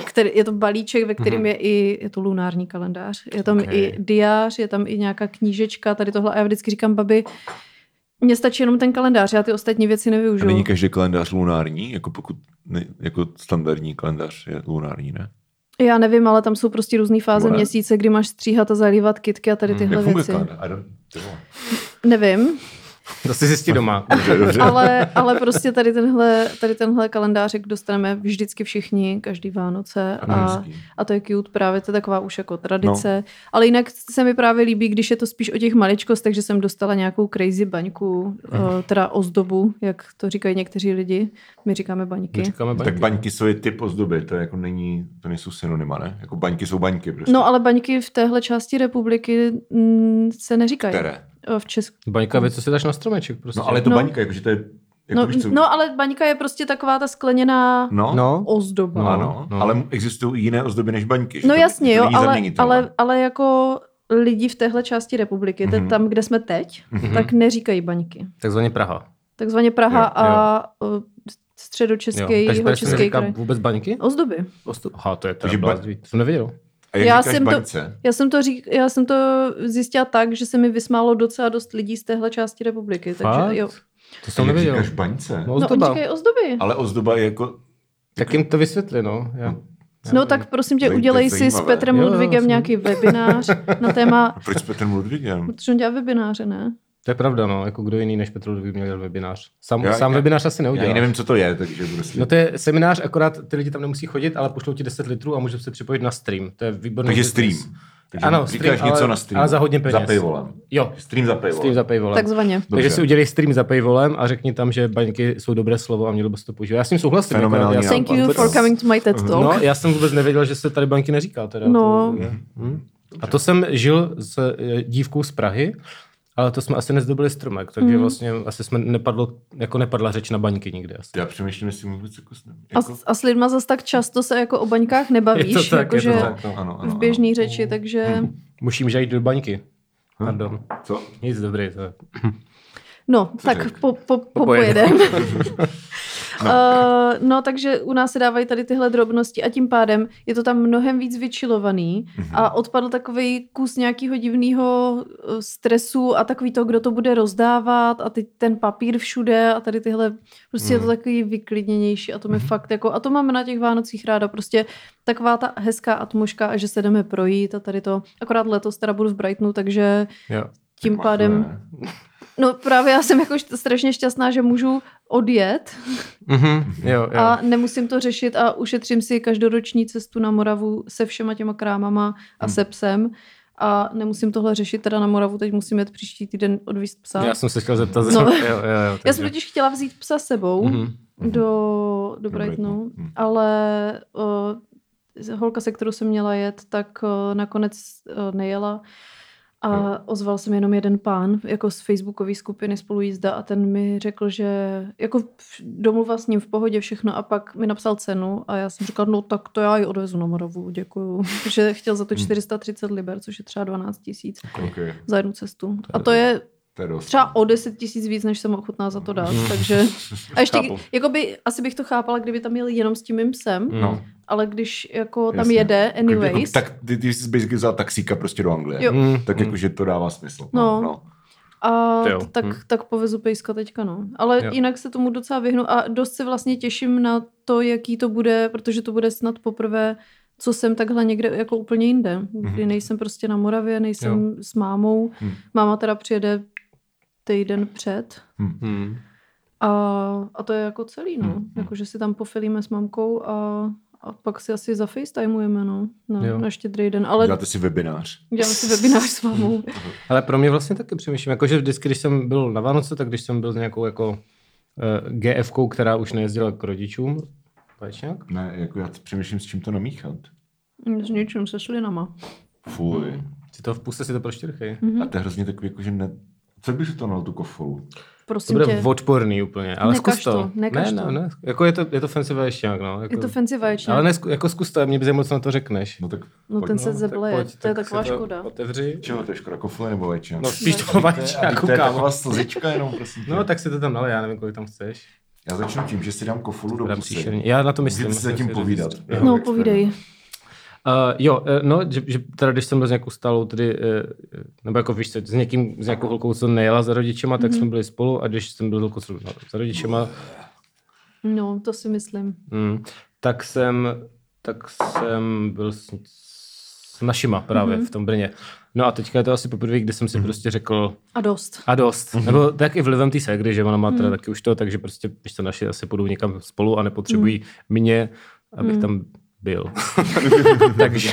S3: který, je to balíček, ve kterém
S2: Mhm.
S3: je i, je to lunární kalendář, je tam
S2: Ok.
S3: okay. i diář, je tam i nějaká knížečka, tady tohle. A já vždycky říkám, babi, mně stačí jenom ten kalendář, já ty ostatní věci
S4: A
S3: nevyužiju.
S4: není každý kalendář lunární, jako pokud ne, jako standardní kalendář je lunární, ne?
S3: Já nevím, ale tam jsou prostě různé fáze
S4: Vole. Mhm.
S3: měsíce, kdy máš stříhat a zalívat kitky a tady
S2: Hmm.
S3: tyhle
S4: Jak funguje
S3: věci.
S4: kalendář? I don't, ty vole.
S3: Nevím,
S2: To si zjistí doma.
S4: Dobře, dobře.
S3: Ale, ale prostě tady tenhle, tady tenhle kalendářek dostaneme vždycky všichni, každý Vánoce. A,
S4: Hezký.
S3: a to je cute, právě to je taková už jako tradice. No. Ale jinak se mi právě líbí, když je to spíš o těch maličkost, takže jsem dostala nějakou crazy baňku, eh, teda ozdobu, jak to říkají někteří lidi. My říkáme baňky.
S2: Říkáme
S4: Tak baňky jsou je typ ozdoby, to je jako není, to nejsou synonyma, ne? Jako baňky jsou baňky prostě.
S3: No ale baňky v téhle části republiky mm, se neříkají.
S4: Které?
S3: Eh, V Česku.
S2: Baňka je věc, co si dáš na stromeček prostě.
S4: No ale je to
S3: No.
S4: no. baňka, jakože to je, jako
S3: No,
S4: víš co?
S3: no ale baňka je prostě taková ta skleněná
S4: no, no,
S2: No,
S3: ozdoba.
S4: no,
S2: No,
S4: ano,
S2: no.
S4: no. ale existují i jiné ozdoby než baňky. že
S3: No
S4: to-
S3: jasně,
S4: to
S3: jo,
S4: není
S3: ale,
S4: zaměnitelné.
S3: ale, ale jako lidi v téhle části republiky, mm-hmm.
S4: Mhm.
S3: tam, kde jsme teď, mm-hmm. tak neříkají baňky.
S2: Mhm. takzvaně Praha.
S3: Takzvaně Praha
S4: Jo,
S3: jo,
S4: jo.
S3: jo. a uh, středočeský,
S2: Takže tady se
S3: jihočeský
S2: neříká
S3: kraj.
S2: vůbec baňky?
S3: Ozdoby.
S2: Ostup. Aha, to je teda
S4: Takže ba-
S2: blázní. To jsem nevěděl.
S4: A jak
S3: já
S4: říkáš
S3: jsem to-
S4: baňce?
S3: Já jsem, to řík, já jsem to zjistila tak, že se mi vysmálo docela dost lidí z téhle části republiky.
S2: Fakt?
S3: Takže, jo.
S2: To
S4: To...
S2: jsem
S4: Jak
S2: nevěděl.
S4: říkáš baňce?
S3: No,
S2: No,
S4: No.
S3: oni
S2: ozdoba.
S3: říkají ozdoby.
S4: Ale ozdoba je jako,
S2: Tak jim to vysvětli, no. Já. já
S3: No
S2: nevím.
S3: tak prosím tě,
S4: Zajímavé,
S3: udělej si s
S4: zajímavé.
S3: Petrem
S2: Jo, jo,
S3: Ludvigem
S2: jsem-
S3: nějaký webinář na téma,
S4: a proč s Petrem Ludvíkem?
S3: protože on dělá webináře, ne?
S2: To je pravda, no. Jako kdo jiný než Petr Ludvík měl dělat webinář. Sám,
S4: Já-
S2: sám
S4: já-
S2: webinář asi
S4: Já
S2: neudělal.
S4: ani nevím, co to je, takže budu si...
S2: No to je seminář, akorát ty lidi tam nemusí chodit, ale pošlou ti 10 litrů a můžou se připojit na stream. To je výborný.
S4: Takže
S2: business.
S4: stream. Takže
S2: Ano,
S4: říkáš
S2: stream,
S4: něco
S2: ale-
S4: na stream.
S2: ale za hodně peněz.
S4: Za paywallem.
S2: Jo,
S4: Stream za paywall.
S2: stream za paywallem.
S3: Takzvaně.
S2: Takže
S4: Dobře.
S2: si udělej stream za paywallem a řekni tam, že baňky jsou dobré slovo a mělo by se to používat. Já s tím souhlasím. jako
S4: Fenomenální
S2: já,
S3: Thank
S4: nápad.
S3: you for
S4: Vůbec-
S3: coming to my TED Talk.
S2: No, já jsem vůbec nevěděl, že se tady banky neříká. Teda.
S3: No.
S2: To, hm. A to jsem žil s eh, dívkou z Prahy, ale to jsme asi nezdobili stromek, takže
S3: Mhm.
S2: vlastně asi jsme nepadlo, jako nepadla řeč na baňky nikde. Asi.
S4: Já přemýšlím, jestli vůbec jako s ním.
S3: A,
S4: Jako...
S3: s- a s lidma zas tak často se jako o baňkách
S2: Je to
S3: nebavíš,
S2: tak,
S3: jakože
S2: je to tak. Mhm.
S4: Ano, ano, ano.
S3: v běžné řeči, takže
S2: Musím žít do baňky.
S4: Hm.
S2: Pardon.
S4: Co?
S2: Nic dobrý. To je.
S3: no, tak po, po, po, pojedem. No. Uh, no, takže u nás se dávají tady tyhle drobnosti a tím pádem je to tam mnohem víc vyčilovaný a odpadl takový kus nějakého divného eh, stresu a takový to, kdo to bude rozdávat a teď ten papír všude a tady tyhle, prostě je to takový vyklidněnější a to mi fakt jako, a to máme na těch Vánocích ráda, prostě taková ta hezká atmoška a že se jdeme projít a tady to, akorát letos teda budu v Brightonu, takže
S2: Jo.
S3: tím pádem, no právě já jsem jako št- strašně šťastná, že můžu odjet
S2: Mhm, jo, jo.
S3: a nemusím to řešit a ušetřím si každoroční cestu na Moravu se všema těma krámama a
S2: Hmm.
S3: se psem. A nemusím tohle řešit teda na Moravu, teď musím jet příští týden odvíst psa.
S2: Já jsem se chtěl zeptat. No.
S3: No.
S2: Jo, jo, jo,
S3: Já jsem
S2: takže-
S3: totiž chtěla vzít psa sebou
S2: Mhm.
S3: do, do
S4: Do
S3: Brightonu,
S4: Brightonu. Mhm.
S3: ale uh, holka, se kterou jsem měla jet, tak uh, nakonec uh, nejela. A ozval jsem jenom jeden pán, jako z facebookové skupiny spolujízda a ten mi řekl, že jako v- domluva s ním v pohodě všechno a pak mi napsal cenu a já jsem říkala, no tak to já ji odvezu na Moravu, děkuju. Že chtěl za to 430 liber, což je třeba 12 tisíc
S4: Okay.
S3: za jednu cestu. A to je
S4: To je dost.
S3: třeba o 10 tisíc víc, než jsem ochotná za to dát.
S4: Hmm.
S3: Takže a ještě,
S2: Chápu.
S3: jakoby, asi bych to chápala, kdyby tam jel jenom s tím mým psem,
S2: Mm.
S4: No.
S3: ale když jako tam
S4: Jasně.
S3: jede
S4: Jako,
S3: anyways,
S4: jako, tak ty, ty jsi basically vzal taxíka prostě do Anglie.
S3: Jo.
S2: Mm.
S4: Tak jakože to dává smysl.
S3: No.
S4: no.
S3: a
S2: To jo.
S3: t- tak,
S4: Hmm.
S2: Hm.
S3: tak povezu pejska teďka, no. Ale
S2: Jo.
S3: jinak se tomu docela vyhnu a dost se vlastně těším na to, jaký to bude, protože to bude snad poprvé, co jsem takhle někde jako úplně jinde. Kdy
S4: Mhm.
S3: nejsem prostě na Moravě, nejsem s mámou.
S4: Hm.
S3: Máma teda přijede týden před,
S2: Mm.
S3: A, a to je jako celý, no.
S4: Hmm,
S3: Hmm.
S4: hmm.
S3: Jako, že si tam pofilíme s mamkou a, a pak si asi zafacetimeujeme, no.
S2: Jo.
S3: Na, na štědrý den. Ale
S4: Děláte si webinář.
S3: děláme si webinář s mamou.
S2: Ale pro mě vlastně taky přemýšlím, jakože vždycky, když jsem byl na Vánoce, tak když jsem byl s nějakou jako uh, gf která už nejezdila k rodičům, Pajčák?
S4: Ne, jako já přemýšlím, s čím to namíchat.
S3: S něčím se šlinama.
S4: Fuj.
S2: Si to v puse si to proštěrchej.
S3: Mhm.
S4: A to je hrozně takový, jakože ne... Co bych to na tu kofolu?
S2: To
S3: Prosím
S2: bude
S3: tě.
S2: odporný úplně, ale
S3: Nekaž
S2: zkus to.
S3: to, nekaž
S2: ne,
S3: to.
S2: ne, ne, jako je to, je to fancy vaječňák, no. Jako,
S3: Je to fancy vaječňák.
S2: Ale ne, zku- jako zkus to, mě by zajímalo, co na to řekneš.
S4: No tak...
S3: No
S4: pojď,
S3: ten se
S4: no.
S3: zebleje.
S2: pojď,
S3: to je
S2: tak si
S3: taková škoda.
S2: Otevři.
S4: Čeho, to je škoda, kofole nebo vaječák?
S2: No spíš to vaječňáku,
S4: to je
S2: kámo.
S4: taková slzička jenom, prosím tě.
S2: No tak si to tam nalej, já nevím, kolik tam chceš.
S4: Já začnu tím, že si dám kofolu do
S2: Dám
S4: pusy.
S2: příšerně. Já na to myslím.
S4: Musíte si zatím
S2: myslím, že-
S4: povídat.
S2: Jo.
S3: No,
S4: experiment.
S3: povídej.
S2: Uh, jo, eh, no, že, že teda když jsem byl s nějakou stálou, tedy, eh, nebo jako víš, co, s někým, s nějakou holkou, co nejela za rodičema, tak jsme byli spolu a když jsem byl s holkou co, no, za rodičema,
S3: No, to si myslím.
S2: mm, tak jsem, tak jsem byl s, s našima právě mm-hmm. v tom Brně. No a teďka je to asi poprvé, kdy jsem si mm-hmm. prostě řekl
S3: A dost.
S2: a dost.
S4: Mhm.
S2: Mm-hmm. Nebo tak i vlivem té ségry, že ona má teda mm-hmm. taky už to, takže prostě když to naši asi půjdou někam spolu a nepotřebují mm-hmm. mě, abych mm-hmm. tam byl. takže,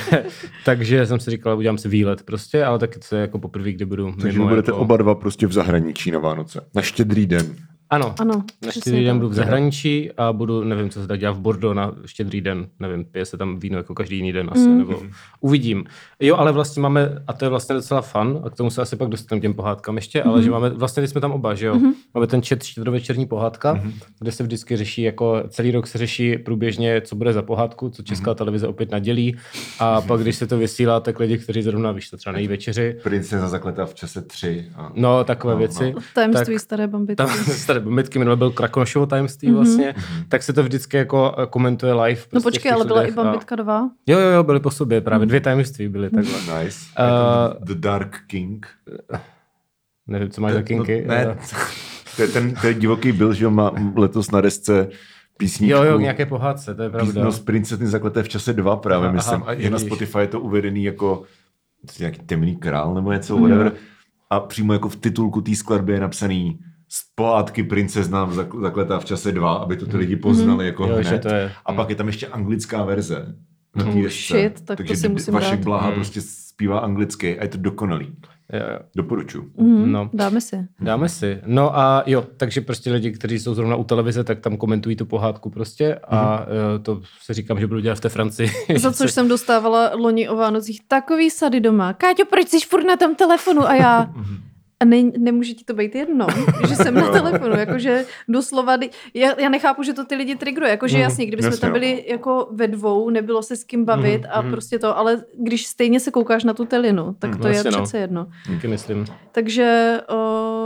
S2: takže jsem si říkal, udělám si výlet prostě, ale taky to je jako poprvé, kdy budu
S4: Takže
S2: mimo.
S4: budete
S2: jako...
S4: oba dva prostě v zahraničí na Vánoce. Na štědrý den.
S2: Ano, ano
S3: Ano,
S2: na
S3: přesně
S2: štědrý den
S3: tak.
S2: budu v zahraničí a budu, nevím, co se tak dělá v Bordeaux na štědrý den, nevím, pije se tam víno jako každý jiný den asi,
S3: Mhm.
S2: mm. nebo uvidím. Jo, ale vlastně máme, a to je vlastně docela fun, a k tomu se asi pak dostaneme k těm pohádkám ještě, ale
S3: Mhm.
S2: že máme, vlastně když jsme tam oba, že jo, máme ten čet štědrovečerní pohádka, kde se vždycky řeší, jako celý rok se řeší průběžně, co bude za pohádku, co česká televize opět nadělí, a pak, když se to vysílá, tak lidi, kteří zrovna, víš, to třeba nejí večeři,
S5: Princeza zakletá v čase 3. A...
S2: no, takové
S5: No, no.
S2: věci.
S3: Tajemství
S2: tak-
S3: staré bambice.
S2: tam staré mitky, minule byl Krakonošovo tajemství vlastně, tak se to vždycky jako eh, komentuje live. Prostě
S3: Mhm. No
S2: v
S3: počkej,
S2: těch
S3: ale byla i
S2: lidech a- Mhm.
S3: bambitka 2.
S2: Jo, jo, jo, byly po sobě právě, dvě tajemství byly
S3: Mhm.
S2: takhle.
S5: Nice.
S2: Eh,
S4: The Dark King. no,
S2: Nevím, co máš za kinky. ale-
S5: Ne,
S4: To je ten, to je divoký byl, že jo, má letos na desce písničku.
S2: Jo, jo, k nějaké pohádce, to je
S4: Písno
S2: pravda.
S4: z Princetny zakleté v čase 2 právě,
S2: Aha,
S4: aha, myslím.
S2: aha,
S4: A je na
S2: vidíš.
S4: Spotify je to uvedený jako nějaký temný král nebo něco,
S2: Mhm.
S4: whatever. A přímo jako v titulku té skladby je napsaný z pohádky princezna v zak- zakletá v čase 2, aby to ty lidi poznali jako
S2: Mhm. Jo,
S4: hned.
S2: že to je. Mhm.
S4: A pak je tam ještě anglická verze. Na té
S3: Oh,
S4: desce.
S3: shit, tak to
S4: Takže
S3: si musím
S4: Vašek
S3: dát.
S4: Blaha prostě zpívá anglicky a je to dokonalý.
S2: Jo, jo.
S4: Doporučuji.
S3: Mhm.
S2: No.
S3: Dáme si.
S2: Dáme si. No a jo, takže prostě lidi, kteří jsou zrovna u televize, tak tam komentují tu pohádku prostě a eh, to se říkám, že budu dělat v té Francii.
S3: Za což jsem dostávala loni o Vánocích takový sady doma. Káťo, proč jsi furt na tom telefonu? A já... A ne, nemůže ti to být jedno, že jsem na telefonu, jakože doslova, kdy- já, já nechápu, že to ty lidi trigruje,
S2: Mhm.
S3: jakože jasně, kdyby jsme
S4: jasně,
S3: tam
S4: no.
S3: byli jako ve dvou, nebylo se s kým bavit
S2: Mhm,
S3: a prostě to, ale když stejně se koukáš na tu telinu, tak to je
S2: Jasně, no.
S3: přece jedno.
S2: Taky myslím.
S3: Takže o,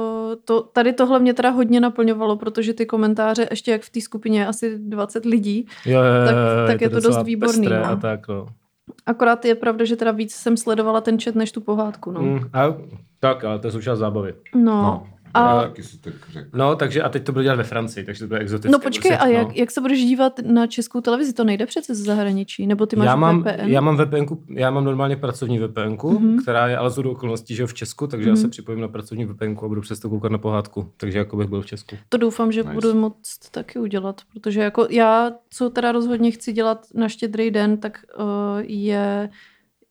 S3: to, tady tohle mě teda hodně naplňovalo, protože ty komentáře, ještě jak v té skupině je asi 20 lidí,
S2: Jo, jo, jo,
S3: Tak-
S2: jo,
S3: tak je to dost
S2: docela
S3: výborný,
S2: pestré
S3: no.
S2: A tak, no.
S3: akorát je pravda, že teda víc jsem sledovala ten chat než tu pohádku. No.
S2: Mm, a, tak, ale to je součást zábavy.
S3: No.
S4: No.
S3: A,
S5: taky si tak řekl.
S2: No, takže a teď to budu dělat ve Francii, takže to bude exotické.
S3: no počkej,
S2: prostě,
S3: a jak,
S2: no.
S3: jak se budeš dívat na českou televizi? To nejde přece ze zahraničí, nebo ty máš
S2: já mám,
S3: VPN?
S2: já mám VPNku, já mám normálně pracovní VPNku,
S3: Mhm.
S2: mm-hmm. která je ale z okolností, že jo, v Česku, takže mm-hmm. já se připojím na pracovní VPNku a budu přesto koukat na pohádku, takže jako bych byl v Česku.
S3: To doufám, že nice.
S4: Nice.
S3: budu moc taky udělat, protože jako já, co teda rozhodně chci dělat na štědrý den, tak uh, je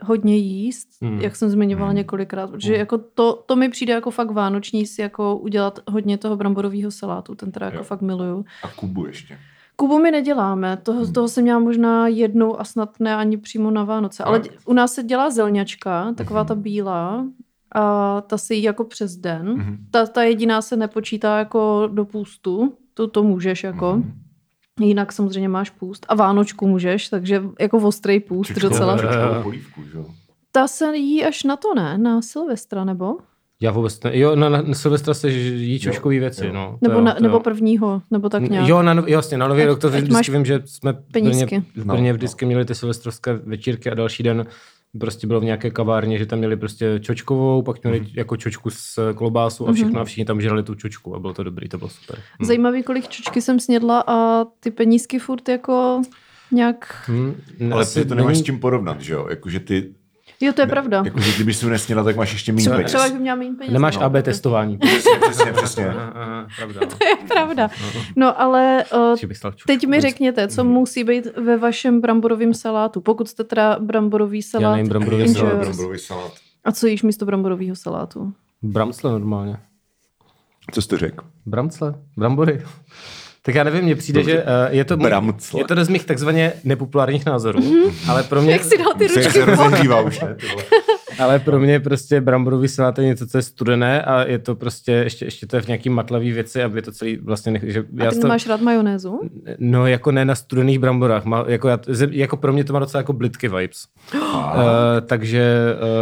S3: hodně jíst,
S2: Hmm.
S3: hmm. jak jsem zmiňovala hmm. několikrát, protože hmm. jako to, to mi přijde jako fakt vánoční si jako udělat hodně toho bramborového salátu, ten teda jako
S4: Jo.
S3: fakt miluju.
S4: A Kubu ještě.
S3: Kubu my neděláme, toho,
S4: Hmm.
S3: toho jsem měla možná jednou a snad ne ani přímo na Vánoce, ale
S4: Tak.
S3: dě- u nás se dělá zelňačka, taková
S2: Mhm.
S3: ta bílá, a ta se jí jako přes den. Hmm.
S4: Mhm.
S3: Ta, ta jediná se nepočítá jako do půstu, to, to můžeš jako.
S2: Hmm.
S3: Mm-hmm. Jinak samozřejmě máš půst a Vánočku můžeš, takže jako ostrý půst
S4: Čočkovou-
S3: docela.
S2: čočku.
S4: čočkovou polívku, že jo?
S3: Ta se jí až na to ne, na Silvestra nebo?
S2: Já vůbec ne, jo, na, na Silvestra se ž- jí čoškový věci,
S4: jo.
S2: no. to
S3: Nebo,
S2: jo,
S3: na,
S2: to
S3: nebo
S2: jo.
S3: prvního, nebo tak nějak.
S2: Jo, na, nov- jasně, na nový
S3: Ať-
S2: rok to
S3: ať máš
S2: vždycky vím, že jsme v Brně,
S3: penízky.
S2: v
S4: No,
S2: Brně
S4: no.
S2: vždycky měli ty silvestrovské večírky a další den prostě bylo v nějaké kavárně, že tam měli prostě čočkovou, pak
S4: Mhm.
S2: měli jako čočku s klobásu a
S3: Mhm.
S2: všechno a všichni tam žrali tu čočku a bylo to dobrý, to bylo super. Hm.
S3: Hmm. Zajímavý, kolik čočky jsem snědla a ty penízky furt jako nějak...
S2: Hm, ne,
S4: Ale
S2: asi
S4: ty to nemáš
S2: není-
S4: s čím porovnat, že jo? Jakože ty,
S3: Jo, to je pravda.
S4: jakože kdyby jsi to nesněla, tak máš ještě méně
S2: Třeba-
S4: peněz.
S3: Třeba bych měla méně peněz.
S2: Nemáš
S3: no.
S2: AB testování.
S4: Přesně, přesně, přesně.
S2: Aha, aha, pravda.
S3: je pravda. No ale uh,
S2: Že bych stal čučku.
S3: Teď mi řekněte, co musí být ve vašem bramborovém salátu, pokud jste teda bramborový salát.
S2: Já nejím bramborový
S3: enjoyers.
S2: salát,
S5: Bramborový salát.
S3: A co jíš místo bramborového salátu?
S2: Bramsle normálně.
S4: Co jsi to řekl?
S2: Bramsle? Brambory? Tak já nevím, mně přijde,
S4: Dobře.
S2: že eh, je to,
S4: Bramcle.
S2: je to jeden z mých takzvaně nepopulárních názorů, ale pro mě,
S3: Mhm. Jak si dal ty
S4: Se,
S3: ručky?
S4: se rozehřívá už, ne? ty vole?
S2: ale pro mě prostě bramborový salát je něco, co je studené a je to prostě, ještě, ještě to je v nějaký matlavý věci a je to celý vlastně, nech, že
S3: A
S2: já
S3: ty
S2: to,
S3: nemáš rád majonézu?
S2: no jako ne na studených bramborách, má, jako, já, ze- jako pro mě to má docela jako blitky vibes. Uh, takže...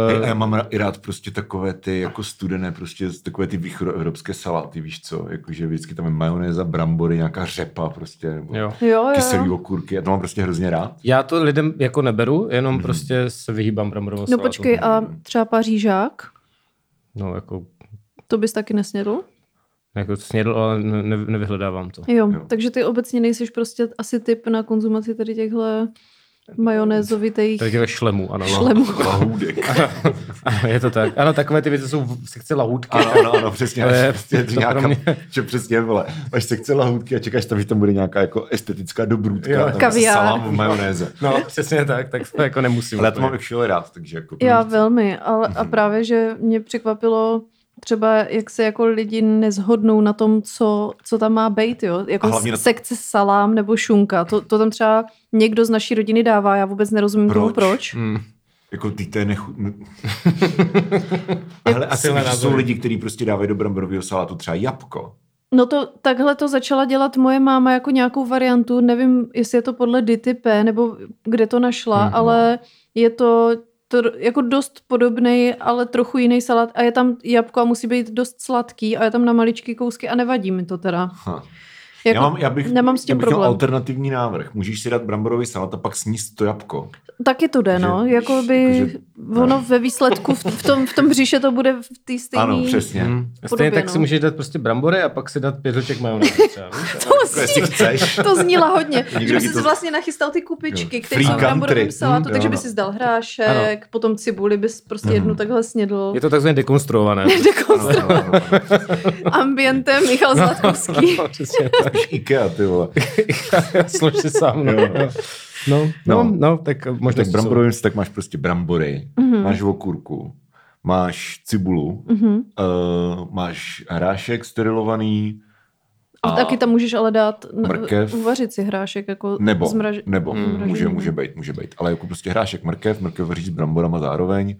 S2: eh,
S4: Hej, a já mám ra- i rád prostě takové ty jako studené, prostě takové ty východoevropské saláty, víš co? Jakože vždycky tam je majonéza, brambory, nějaká řepa prostě, nebo
S2: jo.
S3: Jo,
S4: kyselý
S3: jo.
S4: okurky. Já to mám prostě hrozně rád.
S2: Já to lidem jako neberu, jenom
S4: Mhm.
S2: mm-hmm. prostě se vyhýbám bramborovou
S3: No
S2: salátu.
S3: počkej, a třeba pařížák?
S2: No jako,
S3: To bys taky nesnědl?
S2: jako snědl, ale ne, ne- nevyhledávám to.
S3: Jo,
S4: Jo.
S3: takže ty obecně nejsiš prostě asi typ na konzumaci tady těchhle majonézovitých
S2: Tak děláš šlemu, ano. no.
S3: šlemů.
S4: Lahůdek.
S2: Ano, je to tak. Ano, takové ty věci jsou v sekci lahůdky.
S4: Ano, ano, ano, přesně.
S2: To je-
S4: přesně
S2: to
S4: to nějaká,
S2: pro mě-
S4: Že přesně, vole. Máš sekce lahůdky a čekáš tam, že tam bude nějaká jako estetická dobrůdka.
S2: Jo.
S4: tam
S3: Kaviár.
S4: Salám v majonéze.
S2: No, přesně tak, tak to jako nemusím.
S4: Ale já to
S2: úplně.
S4: mám actually rád, takže jako...
S3: Já velmi, ale a
S4: Mhm.
S3: právě, že mě překvapilo třeba, jak se jako lidi nezhodnou na tom, co, co tam má být, jo?
S4: A
S3: Jako
S4: hlavně na-
S3: s- sekce salám nebo šunka, to, to tam třeba někdo z naší rodiny dává, já vůbec nerozumím tomu,
S4: Proč?
S3: proč.
S2: Mm.
S4: Jako ty to je nechu... Ale asi
S2: Silné
S4: víš, že jsou
S2: názory.
S4: lidi, kteří prostě dávají do bramborového salátu třeba jabko.
S3: No to takhle to začala dělat moje máma jako nějakou variantu, nevím, jestli je to podle DTP nebo kde to našla,
S2: Mhm.
S3: mm-hmm. ale je to, to jako dost podobný, ale trochu jiný salát a je tam jabko a musí být dost sladký a je tam na maličký kousky a nevadí mi to teda.
S4: Ha.
S3: Jako,
S4: já, mám, já bych,
S3: nemám s tím
S4: já bych měl
S3: problém.
S4: alternativní návrh. Můžeš si dát bramborový salát a pak sníst to jabko.
S3: Taky to jde,
S4: Že-
S3: no. Jakoby
S4: jakože- no.
S3: ono ve výsledku v, v, tom, v tom břiše to bude v té stejné...
S4: Ano, přesně. Hmm.
S2: Mm. Stejně
S3: Podobě,
S2: tak si
S3: no.
S2: můžeš dát prostě brambory a pak si dát pět hliček majonézu třeba, víš?
S3: To,
S4: Jako Jestli
S3: zní,
S4: chceš.
S3: to zníla hodně.
S4: Nikdo
S3: že
S4: by
S3: jsi
S4: to-
S3: to... vlastně nachystal ty kupičky,
S4: Jo.
S3: které
S4: Free
S3: jsou v bramborovém
S4: country.
S3: salátu,
S4: Mm,
S3: takže
S4: jo, Mhm.
S3: by
S4: no.
S3: si zdal hrášek, ano. potom cibuli bys prostě jednu takhle snědl.
S2: Je to takzvaně dekonstruované.
S3: Takovým
S4: Ano, ano, ano.
S3: ambientem Michal Zlatkovský.
S2: No, přesně tak.
S4: Ikea, ty vole.
S2: Slož si sám. No.
S4: Jo.
S2: No,
S4: No.
S2: no, no, tak možná
S4: Tak bramborovým tak máš prostě brambory, mm-hmm. máš okurku, máš cibulu,
S3: Mhm.
S4: mm-hmm. uh, máš hrášek sterilovaný,
S3: A taky tam můžeš ale dát, n-
S4: Mrkev.
S3: uvařit si hrášek jako
S4: nebo,
S3: zmraž...
S4: nebo
S2: Mm.
S4: může, může být, může být, ale jako prostě hrášek mrkev, mrkev vaří s bramborama zároveň,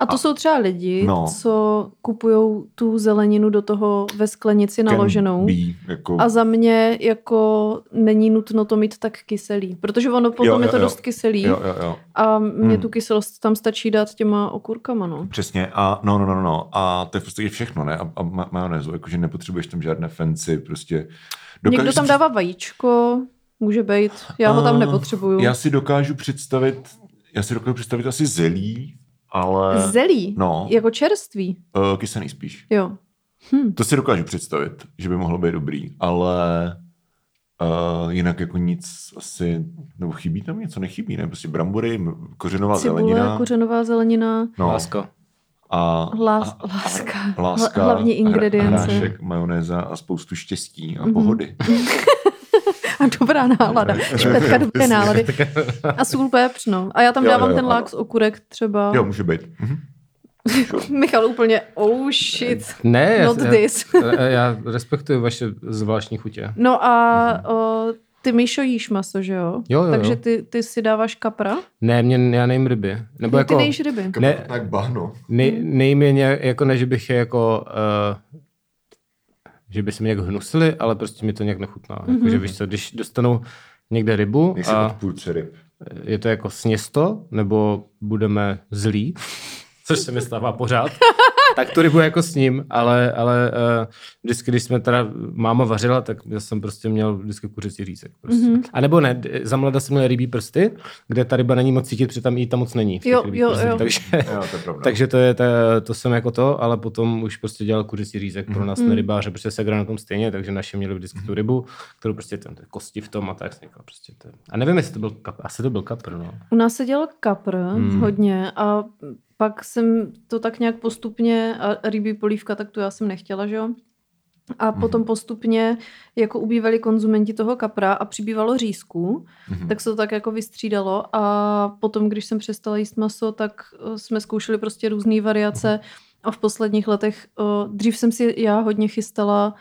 S3: A to
S4: A-
S3: jsou třeba lidi,
S4: No.
S3: no. co kupují tu zeleninu do toho ve sklenici naloženou.
S4: Bí, jako,
S3: A za mě jako není nutno to mít tak kyselý, protože ono potom
S4: Jo,
S3: je
S4: jo,
S3: to
S4: jo.
S3: dost kyselý
S4: jo, jo, jo,
S3: a mě
S4: Hmm.
S3: tu kyselost tam stačí dát těma okurkama, no.
S4: přesně, a no, no, no, no, no, a to je prostě všechno, ne, a, a ma- majonézu, jakože nepotřebuješ tam žádné fancy, prostě.
S3: Někdo
S4: si
S3: tam dává vajíčko, může být, já ho
S4: A,
S3: tam nepotřebuju.
S4: Já si dokážu představit, já si dokážu představit asi zelí, ale
S3: Zelí,
S4: no.
S3: jako čerství,
S4: uh, kysaný spíš.
S3: jo.
S4: To si dokážu představit, že by mohlo být dobrý, ale uh, jinak jako nic asi, nebo chybí tam něco, nechybí, ne? Prostě brambory, m- kořenová
S3: Cibule,
S4: zelenina.
S3: kořenová zelenina,
S4: No,
S2: Lásko.
S4: a,
S3: lás,
S4: a,
S3: láska,
S4: láska,
S3: hla- hlavní
S4: hra-
S3: ingredience
S4: hrášek, majonéza a spoustu štěstí a
S3: Mhm.
S4: pohody.
S3: a dobrá nálada. Špetka dobré nálady. A sůl pepř, no. A já tam
S4: Jo,
S3: dávám
S4: jo, jo,
S3: ten
S4: ano.
S3: lák z okurek třeba.
S4: Jo, může být. Mhm.
S3: Michal úplně, oh shit,
S2: Ne, já-
S3: not this.
S2: já, já respektuji vaše zvláštní chutě.
S3: No a o, ty, Míšo, jíš maso, že jo?
S2: Jo, jo,
S3: Takže
S2: jo.
S3: ty, ty si dáváš kapra?
S2: Ne, mě, já nejím ryby. Nebo
S3: Nebo ty
S2: jako,
S3: nejíš ryby?
S2: Ne.
S4: Tak bahno.
S2: nej, nejím je nějak, jako ne, že bych je jako, uh, že by se mi nějak hnusili, ale prostě mi to nějak nechutná. Mm-hmm. Jako, že víš co, když dostanu někde rybu
S4: Nejsi
S2: a...
S4: odpůrce ryb.
S2: je to jako sněsto, nebo budeme zlí, což se mi stává pořád, tak tu rybu jako s ním, ale, ale uh, vždycky, když jsme teda, máma vařila, tak já jsem prostě měl vždycky kuřecí řízek. Prostě.
S3: Mhm.
S2: Mm-hmm. A nebo ne, d- za mlada jsem měl rybí prsty, kde ta ryba není moc cítit, protože tam jí tam moc není. v těch
S3: Jo,
S2: rybích
S3: jo,
S2: prstech.
S3: jo.
S2: Takže,
S4: Jo, to je pravda.
S2: takže to, je, to, to jsem jako to, ale potom už prostě dělal kuřecí řízek pro nás mm. rybáře, protože se na tom stejně, takže naše měli vždycky tu rybu, kterou prostě ten, ten kosti v tom a tak jsem říkal, prostě to. je- A nevím, jestli to byl kapr, asi to byl kapr, no.
S3: U nás se dělal kapr
S2: Hmm.
S3: hodně a pak jsem to tak nějak postupně, a rybí polívka, tak tu já jsem nechtěla, že jo? A
S2: Hmm.
S3: potom postupně, jako ubývali konzumenti toho kapra a přibývalo řízků,
S4: Mhm.
S3: tak se to tak jako vystřídalo a potom, když jsem přestala jíst maso, tak eh, jsme zkoušeli prostě různé
S4: Mhm.
S3: variace a v posledních letech, eh, dřív jsem si já hodně chystala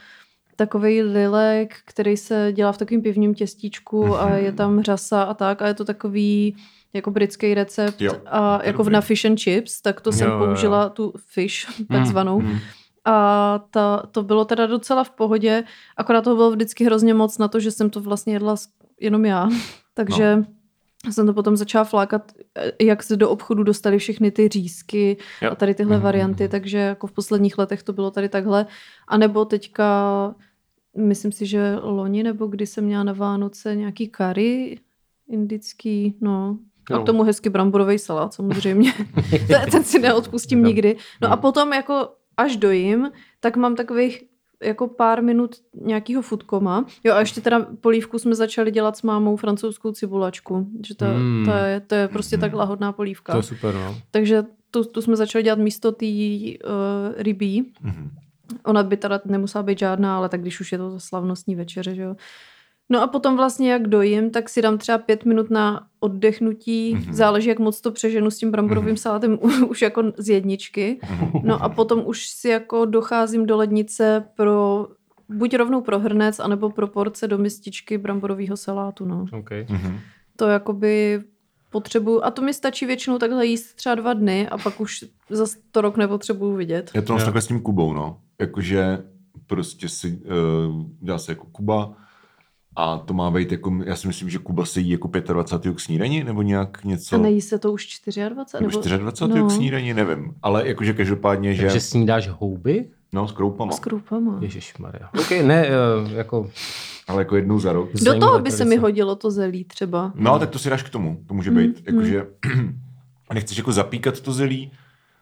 S3: takový lilek, který se dělá v takovém pivním těstíčku
S4: Mhm.
S3: a je tam řasa a tak a je to takový jako britský recept
S4: Jo,
S3: a
S4: to je
S3: jako
S4: dobrý.
S3: na fish and chips, tak to jsem
S2: Jo, jo, jo.
S3: použila tu fish
S4: Mhm.
S3: takzvanou
S2: Mm.
S3: a ta, to bylo teda docela v pohodě, akorát toho bylo vždycky hrozně moc na to, že jsem to vlastně jedla s- jenom já, takže no. jsem to potom začala flákat, eh, jak se do obchodu dostali všechny ty řízky
S2: Jo.
S3: a tady tyhle
S4: Mhm.
S3: varianty, takže jako v posledních letech to bylo tady takhle, a nebo teďka myslím si, že loni nebo kdy jsem měla na Vánoce nějaký curry indický, no. A
S2: Jo.
S3: k tomu hezky bramborový salát samozřejmě. No
S2: No.
S4: Hmm.
S3: Ten- Ten si neodpustím nikdy. No a potom jako až dojím, tak mám takových jako pár minut nějakého futkoma. Jo a ještě teda polívku jsme začali dělat s mámou francouzskou cibulačku, že to,
S2: Mm.
S4: Hmm.
S3: mm. to, je, to je prostě
S4: Mhm.
S3: tak lahodná polívka.
S2: To je super, no.
S3: Takže tu, tu jsme začali dělat místo té uh, rybí.
S4: Mhm.
S3: Ona by teda nemusela být žádná, ale tak když už je to slavnostní večeře, že jo. No a potom vlastně jak dojím, tak si dám třeba pět minut na oddechnutí,
S4: Mhm.
S3: mm-hmm. záleží, jak moc to přeženu s tím bramborovým
S4: Mhm.
S3: mm-hmm. salátem u- už jako z jedničky. No a potom už si jako docházím do lednice pro buď rovnou pro hrnec, anebo pro porce do mističky bramborového salátu, no.
S2: Okay.
S4: Mhm.
S3: To jakoby potřebuju, a to mi stačí většinou takhle jíst třeba dva dny a pak už za to rok nepotřebuju vidět.
S4: Já
S2: Jo.
S4: to mám takhle s tím Kubou, no. Jakože prostě si, uh, dá se jako Kuba a to má být jako, já si myslím, že Kuba se jí jako 25. k snídani, nebo nějak něco.
S3: A nejí se to už 24?
S4: nebo 24. No.
S3: no.
S4: k snídani, nevím. Ale jakože každopádně, že...
S2: Takže snídáš houby?
S4: No, s kroupama.
S3: S kroupama.
S2: Ježíš Maria. OK, ne, eh, jako
S4: Ale jako jednou za rok.
S3: Do toho
S2: zajímavá
S3: by se
S2: tradice.
S3: mi hodilo to zelí třeba.
S4: No, tak to si dáš k tomu. To
S3: Mm,
S4: může být. Jakože nechceš jako zapíkat to zelí,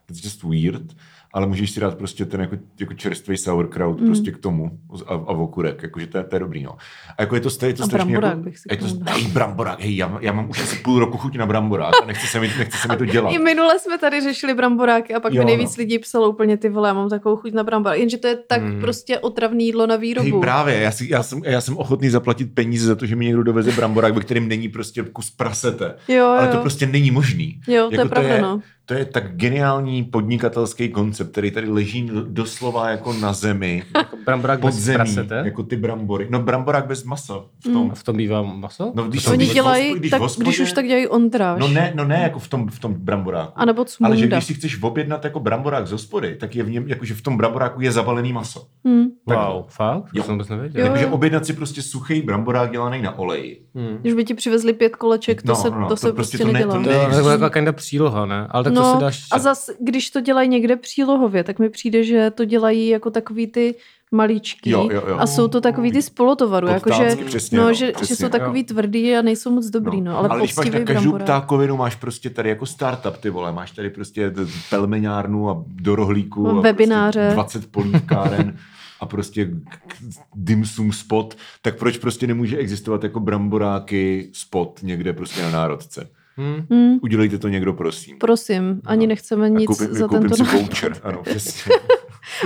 S4: protože je to weird, ale můžeš si dát prostě ten jako, jako čerstvý sauerkraut mm. prostě k tomu a, a okurek. Jakože to, je- to je dobrý, no. A jako je to, sta- je to
S3: A
S4: strašně...
S3: bramborák
S4: jako,
S3: bych si
S4: je to,
S3: k tomu dala.
S4: hej, bramborák, hej, já, já, mám už asi půl roku chuť na bramborák a nechce se mi, nechce se mi to dělat.
S3: I minule jsme tady řešili bramboráky a pak
S4: Jo,
S3: jo, mi
S4: no.
S3: nejvíc lidí psalo úplně ty vole, já mám takovou chuť na bramborák. Jenže to je tak
S2: Hmm.
S3: hmm. prostě otravný jídlo na
S4: Mhm. Hej,
S3: výrobu.
S4: právě, já, si, já, jsem, já jsem ochotný zaplatit peníze za to, že mi někdo doveze bramborák, ve kterém není prostě kus prasete.
S3: jo,
S4: Ale
S3: jo.
S4: to prostě není možný.
S3: Jo, to je pravda,
S4: to je,
S3: no.
S4: To je tak geniální podnikatelský koncept, který tady leží l- doslova jako na zemi,
S2: Bramborák
S4: pod
S2: bez
S4: zemí,
S2: prasete?
S4: jako ty brambory. No bramborák bez masa v
S3: Mm,
S4: tom.
S2: A v tom bývá maso?
S4: No, když
S2: To
S4: jsou
S3: Oni
S4: když v
S3: dělají,
S4: hospodě-
S3: tak,
S4: v hospodě-
S3: když už tak dělají ondráž.
S4: No ne, no ne, jako v tom, v tom bramboráku.
S3: A nebo
S4: Ale že
S3: cmunda.
S4: když si chceš objednat jako bramborák z hospody, tak je v něm, jakože v tom bramboráku je zavalený maso.
S3: Hmm.
S2: Wow, fakt?
S4: Jo.
S2: To jsem vůbec nevěděl.
S3: Jo,
S4: Takže
S3: jo.
S4: objednat si prostě suchý bramborák dělaný na oleji.
S2: Hmm.
S3: Když by ti přivezli pět koleček, to
S4: No,
S3: se,
S4: no, no,
S3: to
S4: to
S3: se prostě,
S4: prostě to ne-
S3: nedělá.
S4: to
S3: No,
S2: To
S4: Ne,
S2: je
S4: existují.
S2: taková kinda příloha, ne? Ale tak to si dáš...
S3: a zas, když to dělají někde přílohově, tak mi přijde, že to dělají jako takový ty malíčky
S4: Jo, jo, jo.
S3: a jsou to takový ty z polotovaru, jakože
S4: Podtácky, přesně,
S3: no,
S4: no,
S3: že,
S4: přesně,
S3: že jsou takový tvrdý a nejsou moc dobrý, no, ale,
S4: ale když pak
S3: poctivý
S4: na každou
S3: brambora.
S4: ptákovinu máš prostě tady jako startup, ty vole, máš tady prostě t- pelmeňárnu a do rohlíku a
S3: Webináře.
S4: Prostě 20 polívkáren a prostě k- k- dimsum spot, tak proč prostě nemůže existovat jako bramboráky spot někde prostě na národce?
S2: Hmm.
S3: Hmm,
S4: Udělejte to někdo, prosím.
S3: prosím, ani
S4: No.
S3: nechceme
S4: A
S3: nic
S4: koupím,
S3: za
S4: koupím
S3: tento
S4: si
S3: nápad.
S4: voucher. Ano, přesně.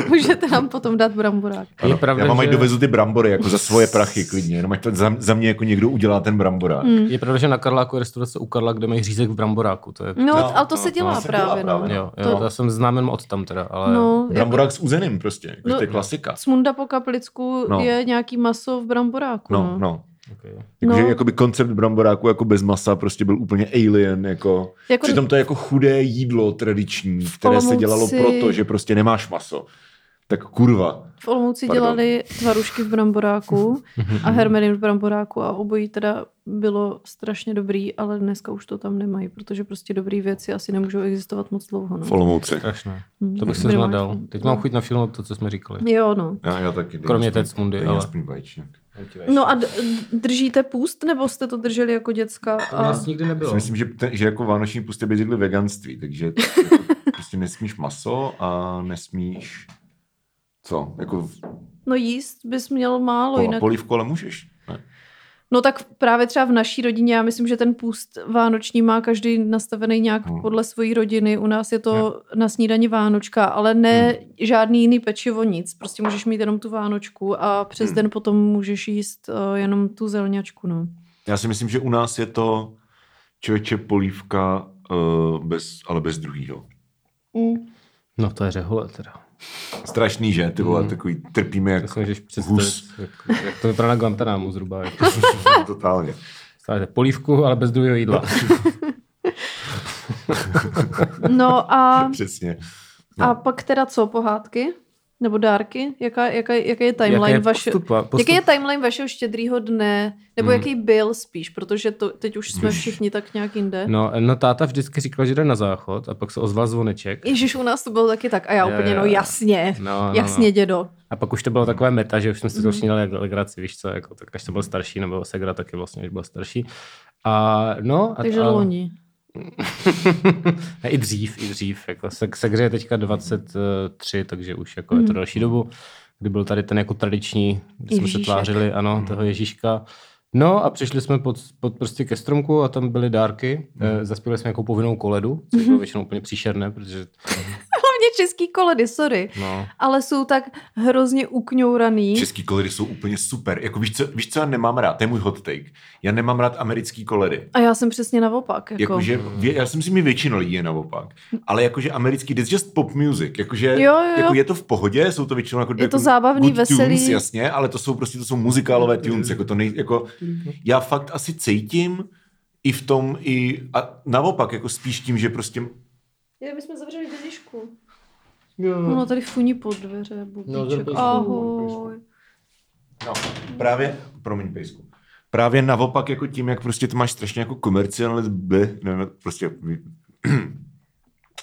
S3: Můžete nám potom dát bramborák.
S2: Je
S4: Ano.
S2: pravda,
S4: Já vám ať
S2: že-
S4: dovezu ty brambory jako za svoje prachy klidně, jenom ať to za, za mě jako někdo udělá ten bramborák.
S3: Hm.
S4: Mm.
S2: Je pravda, že na Karláku je restaurace u Karla, kde mají řízek v bramboráku. To je...
S3: No,
S4: No,
S3: ale to
S4: no,
S3: se
S4: to
S3: dělá
S4: se dělá
S3: právě,
S4: právě,
S3: no.
S4: no.
S2: Jo, jo,
S3: To-
S2: já jsem znám jenom od tam teda, ale...
S3: No, jako
S4: Bramborák s uzeným prostě, jako,
S3: No.
S4: to je klasika.
S3: smunda po kaplicku
S4: No.
S3: je nějaký maso v bramboráku,
S4: No,
S3: no.
S4: no.
S2: Okay.
S4: Jakože
S3: No.
S4: jakoby koncept bramboráku jako bez masa prostě byl úplně alien. Jako...
S3: Jako-
S4: Přitom to je jako chudé jídlo tradiční,
S3: V
S4: které se
S3: Olomouci-
S4: dělalo proto, že prostě nemáš maso. Tak kurva.
S3: V Olomouci
S4: Pardon.
S3: dělali tvarušky v bramboráku a hermelin v bramboráku a obojí teda bylo strašně dobrý, ale dneska už to tam nemají, protože prostě dobrý věci asi nemůžou existovat moc dlouho. No.
S4: V Olomouci.
S2: Strašné.
S3: Hm.
S2: To bych se
S3: Minimálně-
S2: znadal. Teď mám chuť na film to, co jsme říkali.
S3: Jo, no.
S4: Já, já taky.
S2: Kromě té cmundy, ale...
S4: aspoň vajíček.
S3: No a d- držíte půst, nebo jste to drželi jako děcka?
S2: To
S3: A...
S2: nás nikdy
S4: Já
S2: nebylo.
S4: si myslím, že, ten, že jako vánoční pustě by zjedli veganství, takže jako prostě nesmíš maso a nesmíš co? Jako v-
S3: No jíst bys měl málo,
S4: pola,
S3: No jinak...
S4: polívku, ale můžeš. Ne?
S3: No tak právě třeba v naší rodině, já myslím, že ten půst vánoční má každý nastavený nějak
S4: Hmm.
S3: hmm. podle své rodiny. U nás je to na snídani vánočka, ale ne hmm. žádný jiný pečivo, nic. Prostě můžeš mít jenom tu vánočku a přes hmm.
S4: Hmm.
S3: den potom můžeš jíst uh, jenom tu zelňačku, no.
S4: Já si myslím, že u nás je to člověče polívka, uh, bez, ale bez druhýho.
S2: No to je řehole teda.
S4: Strašný, že? Ty vole,
S2: Mm.
S4: takový trpíme
S2: To
S4: jak
S2: si můžeš
S4: hus.
S2: představit, jak, jak to vypadá na Guantanámu zhruba. Jako.
S4: Totálně.
S2: Stáváte polívku, ale bez druhého jídla.
S3: No a,
S4: Přesně.
S3: a pak teda co, pohádky? Nebo dárky? Jaká, jaká, jaký je timeline
S2: Jaké
S3: vaše...
S2: postupa- postup-
S3: Jaký je timeline vašeho štědrýho dne? Nebo
S2: Hmm.
S3: jaký byl spíš? Protože to, teď už jsme všichni tak nějak jinde.
S2: No, no táta vždycky říkal, že jde na záchod a pak se ozval zvoneček.
S3: Ježíš, u nás to bylo taky tak. A já
S2: Jo,
S3: úplně,
S2: jo,
S3: no
S2: jo.
S3: jasně.
S2: No, no,
S3: jasně,
S2: no.
S3: dědo.
S2: A pak už to
S3: Mhm.
S2: bylo takové meta, že už jsme si to snídali jako legraci, víš co, jako, tak až jsem byl starší, nebo Segra taky vlastně, když byl starší. A no, a,
S3: Takže
S2: a,
S3: loni.
S2: ne, i
S3: Mhm.
S2: dřív, i dřív, jako se, Segře je teďka 23, takže už jako je to další dobu. kdy byl tady ten jako tradiční, kdy jsme se
S3: Ježíšek.
S2: tvářili,
S4: Mhm.
S2: ano, toho Ježíška. No a přišli jsme pod, pod prostě ke stromku a tam byly dárky.
S4: Mhm.
S2: Mm. Zaspívali jsme jako povinnou koledu,
S3: Mhm.
S2: což bylo většinou úplně příšerné, protože
S3: Hlavně český koledy, sorry.
S2: no,
S3: Ale jsou tak hrozně ukňouraný.
S4: Český koledy jsou úplně super. Jako víš co, víš, co já nemám rád? To je můj hot take. Já nemám rád americký koledy.
S3: A já jsem přesně naopak. Jako.
S4: Jakože, vě- já si myslím, že většina lidí je naopak. Ale jakože americký, that's just pop music. Jakože
S3: Jo, jo, jo.
S4: Jako je to v pohodě, jsou to většinou jako,
S3: Je to
S4: jako
S3: zábavný,
S4: good
S3: veselý.
S4: Tunes, jasně, ale to jsou prostě, to jsou muzikálové tunes. Jako to nej, jako, já fakt asi cítím i v tom, i a naopak, jako spíš tím, že prostě
S3: Já bychom zavřeli dědišku. Ono No, tady funí pod dveře, bubíček.
S2: to je-
S3: Ahoj.
S4: No, právě, promiň pejsku. Právě naopak jako tím, jak prostě to máš strašně jako komerciální, ne, ne, prostě